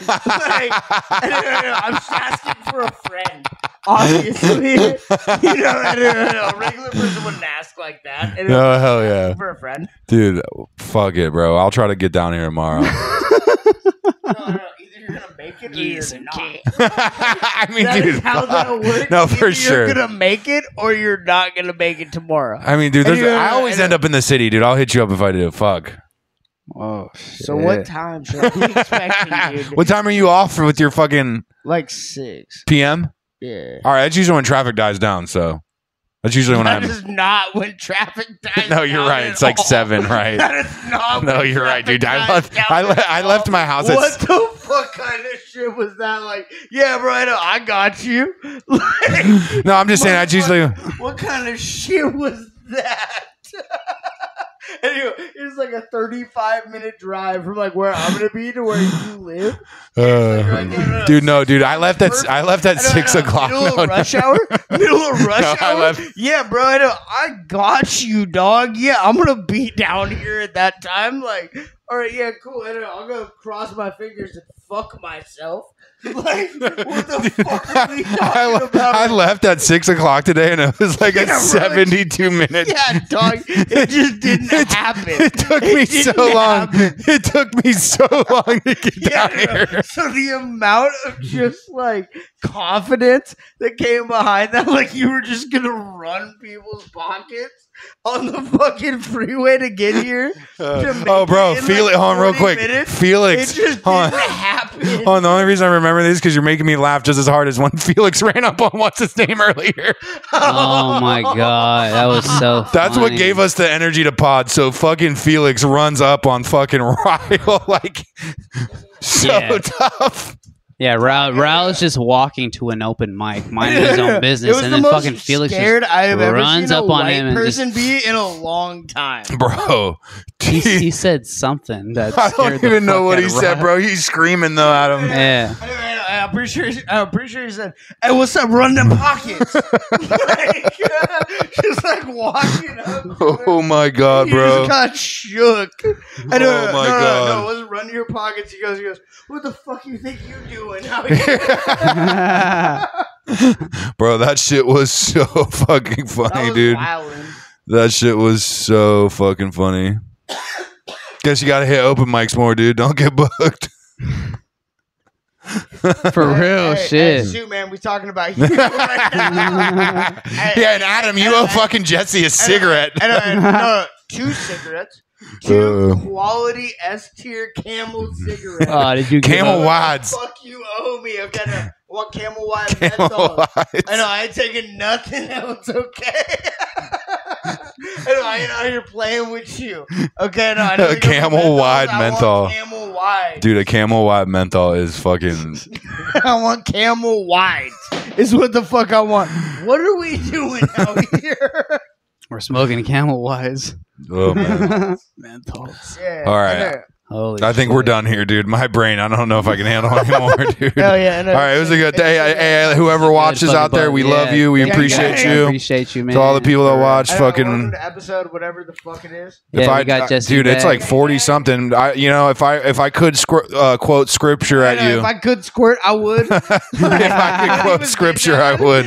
S2: I don't know, I'm just asking for a friend. Obviously, you know, I don't know, a regular person wouldn't ask like that. And
S3: oh hell yeah,
S2: For a friend.
S3: dude! Fuck it, bro. I'll try to get down here tomorrow.
S2: No, no, either you're gonna make it or you're not.
S3: I mean,
S2: That is
S3: dude.
S2: how that'll
S3: fuck.
S2: work.
S3: No,
S2: Either
S3: for sure.
S2: You're gonna make it or you're not gonna make it tomorrow.
S3: I mean, dude.
S2: And uh,
S3: There's,
S2: you're-
S3: I always end up in the city, dude. I'll hit you up if I do. Fuck.
S1: Oh, shit.
S2: So what time should I be expecting you? to-
S3: What time are you off with your fucking
S2: Like six.
S3: PM?
S2: Yeah.
S3: All right, that's usually when traffic dies down. So that's usually when
S2: That
S3: I'm.
S2: is not when traffic dies.
S3: No, you're
S2: down
S3: right.
S2: at
S3: It's like
S2: all.
S3: seven, right?
S2: That is not.
S3: No,
S2: when
S3: you're right,
S2: traffic
S3: dude. I
S2: dies
S3: left.
S2: down
S3: I,
S2: at
S3: le- I
S2: all.
S3: left my house at.
S2: What the fuck kind of shit was that? Like, yeah, bro, I, know, I got you. Like,
S3: No, I'm just saying. I usually.
S2: what kind of shit was that? anyway, it's like a 35 minute drive from like where I'm gonna be to where you live.
S3: Uh, dude, no, dude. I left at. I left at
S2: I know,
S3: six
S2: I know,
S3: o'clock.
S2: Middle
S3: No,
S2: of
S3: no.
S2: rush hour. Middle of rush
S3: No, I
S2: hour.
S3: left-
S2: Yeah, bro. I, know, I got you, dog. Yeah, I'm gonna be down here at that time. Like, all right, yeah, cool. I know, I'm gonna cross my fingers and fuck myself. Like, what the fuck are we talking
S3: I, le-
S2: about?
S3: I left at six o'clock today, and it was like
S2: Yeah,
S3: a
S2: bro, like-
S3: seventy-two minute.
S2: yeah, dog. It just didn't
S3: It-
S2: happen.
S3: It took me so
S2: didn't
S3: long.
S2: happen.
S3: It took me so long to get
S2: Yeah,
S3: down
S2: I know.
S3: here.
S2: So the amount of just like confidence that came behind that, like you were just gonna run people's pockets on the fucking freeway to get here. to make
S3: oh, bro,
S2: it in,
S3: feel
S2: like,
S3: it. Hold on, real
S2: 40
S3: quick,
S2: minutes,
S3: Felix.
S2: it just didn't
S3: hold on.
S2: happen.
S3: Oh, the only reason I remember this is because you're making me laugh just as hard as when Felix ran up on what's his name earlier.
S1: Oh my god, that was so.
S3: That's what
S1: funny.
S3: gave us the energy to pod. So fucking Felix runs up on fucking Ryle like so
S1: Yeah.
S3: tough.
S1: Yeah, Ra- Raul's just walking to an open mic, minding his own
S2: It
S1: business,
S2: was
S1: and
S2: the
S1: then
S2: most
S1: fucking Felix just
S2: scared I have ever
S1: runs
S2: seen a
S1: up on
S2: white
S1: him and just-
S2: person be in a long time.
S3: Bro,
S1: he,
S3: dude,
S1: he said something that
S3: I
S1: scared
S3: don't
S1: the
S3: even know
S1: fuck
S3: what
S1: out
S3: he
S1: of
S3: said,
S1: Rob.
S3: bro. He's screaming though at him.
S1: Yeah,
S2: I know, I know, I'm pretty sure. I'm pretty sure he said, "Hey, what's up? Run them pockets." like, just like walking up.
S3: Oh my god,
S2: he
S3: bro.
S2: just got shook. I know,
S3: Oh,
S2: no,
S3: my
S2: no,
S3: God.
S2: No, no, it wasn't run to your pockets. He goes, he goes, what the fuck you think you doing out here?
S1: yeah,
S3: Bro, that shit was so fucking
S2: That
S3: funny,
S2: was
S3: dude.
S2: wildin'.
S3: That shit was so fucking funny. Guess you gotta hit open mics more, dude. Don't get booked.
S1: for
S2: Hey,
S1: real
S2: hey,
S1: shit.
S2: Hey, shoot, man, we talking about you. right now. Hey,
S3: yeah, and Adam, you owe fucking Jesse a cigarette.
S2: And, uh, and, no, two cigarettes, two
S3: Uh.
S2: quality S tier Camel cigarettes.
S1: Oh, did you give
S3: Camel
S1: up?
S3: Wads.
S2: Fuck you owe me. Okay, no. want camel wide
S3: Camel
S2: meds on.
S3: eyes.
S2: I know I ain't taking nothing. That was okay. I know I ain't out here playing with you. Okay, no, I don't think I'm a
S3: Camel
S2: menthol.
S3: wide
S2: I want
S3: menthol.
S2: Camel wide.
S3: Dude, a camel wide menthol is fucking.
S2: I want camel wide. Is what the fuck I want. What are we doing out here?
S1: We're smoking Camel Wise.
S3: Oh man.
S1: Menthols.
S2: yeah.
S3: All right.
S2: Yeah.
S1: Holy.
S3: I think
S1: shit.
S3: we're done here, dude. My brain, I don't know if I can handle anymore, dude.
S2: Hell yeah.
S3: All right, it was a good day. Hey, hey, hey, whoever
S1: Good
S3: watches
S1: fucking
S3: out there, we
S1: bud.
S3: love
S1: Yeah,
S3: you. We
S1: thank
S3: appreciate
S1: guys.
S3: you.
S1: Appreciate you, man.
S3: To all the people that
S1: For-
S3: watch,
S2: I don't know,
S3: fucking.
S2: welcome to episode whatever the fuck it is.
S1: Yeah,
S3: if
S1: we
S3: I
S1: got
S3: I-
S1: Jesse
S3: dude, it's
S1: back.
S3: like forty something. I, you know, if I if I could scr- uh, quote scripture
S2: I
S3: at
S2: know,
S3: you,
S2: If I could squirt, I would.
S3: if I could quote scripture, I would.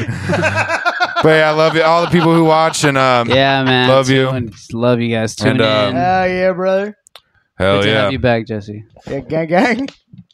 S3: but yeah, I love you, all the people who watch, and um,
S1: Yeah, man.
S3: Love you.
S1: Tune- Love you guys. Tune
S3: And, uh,
S1: in.
S2: Hell yeah, brother.
S1: Good
S3: hell
S1: to
S3: yeah.
S1: have you back, Jesse.
S2: Yeah, gang, gang.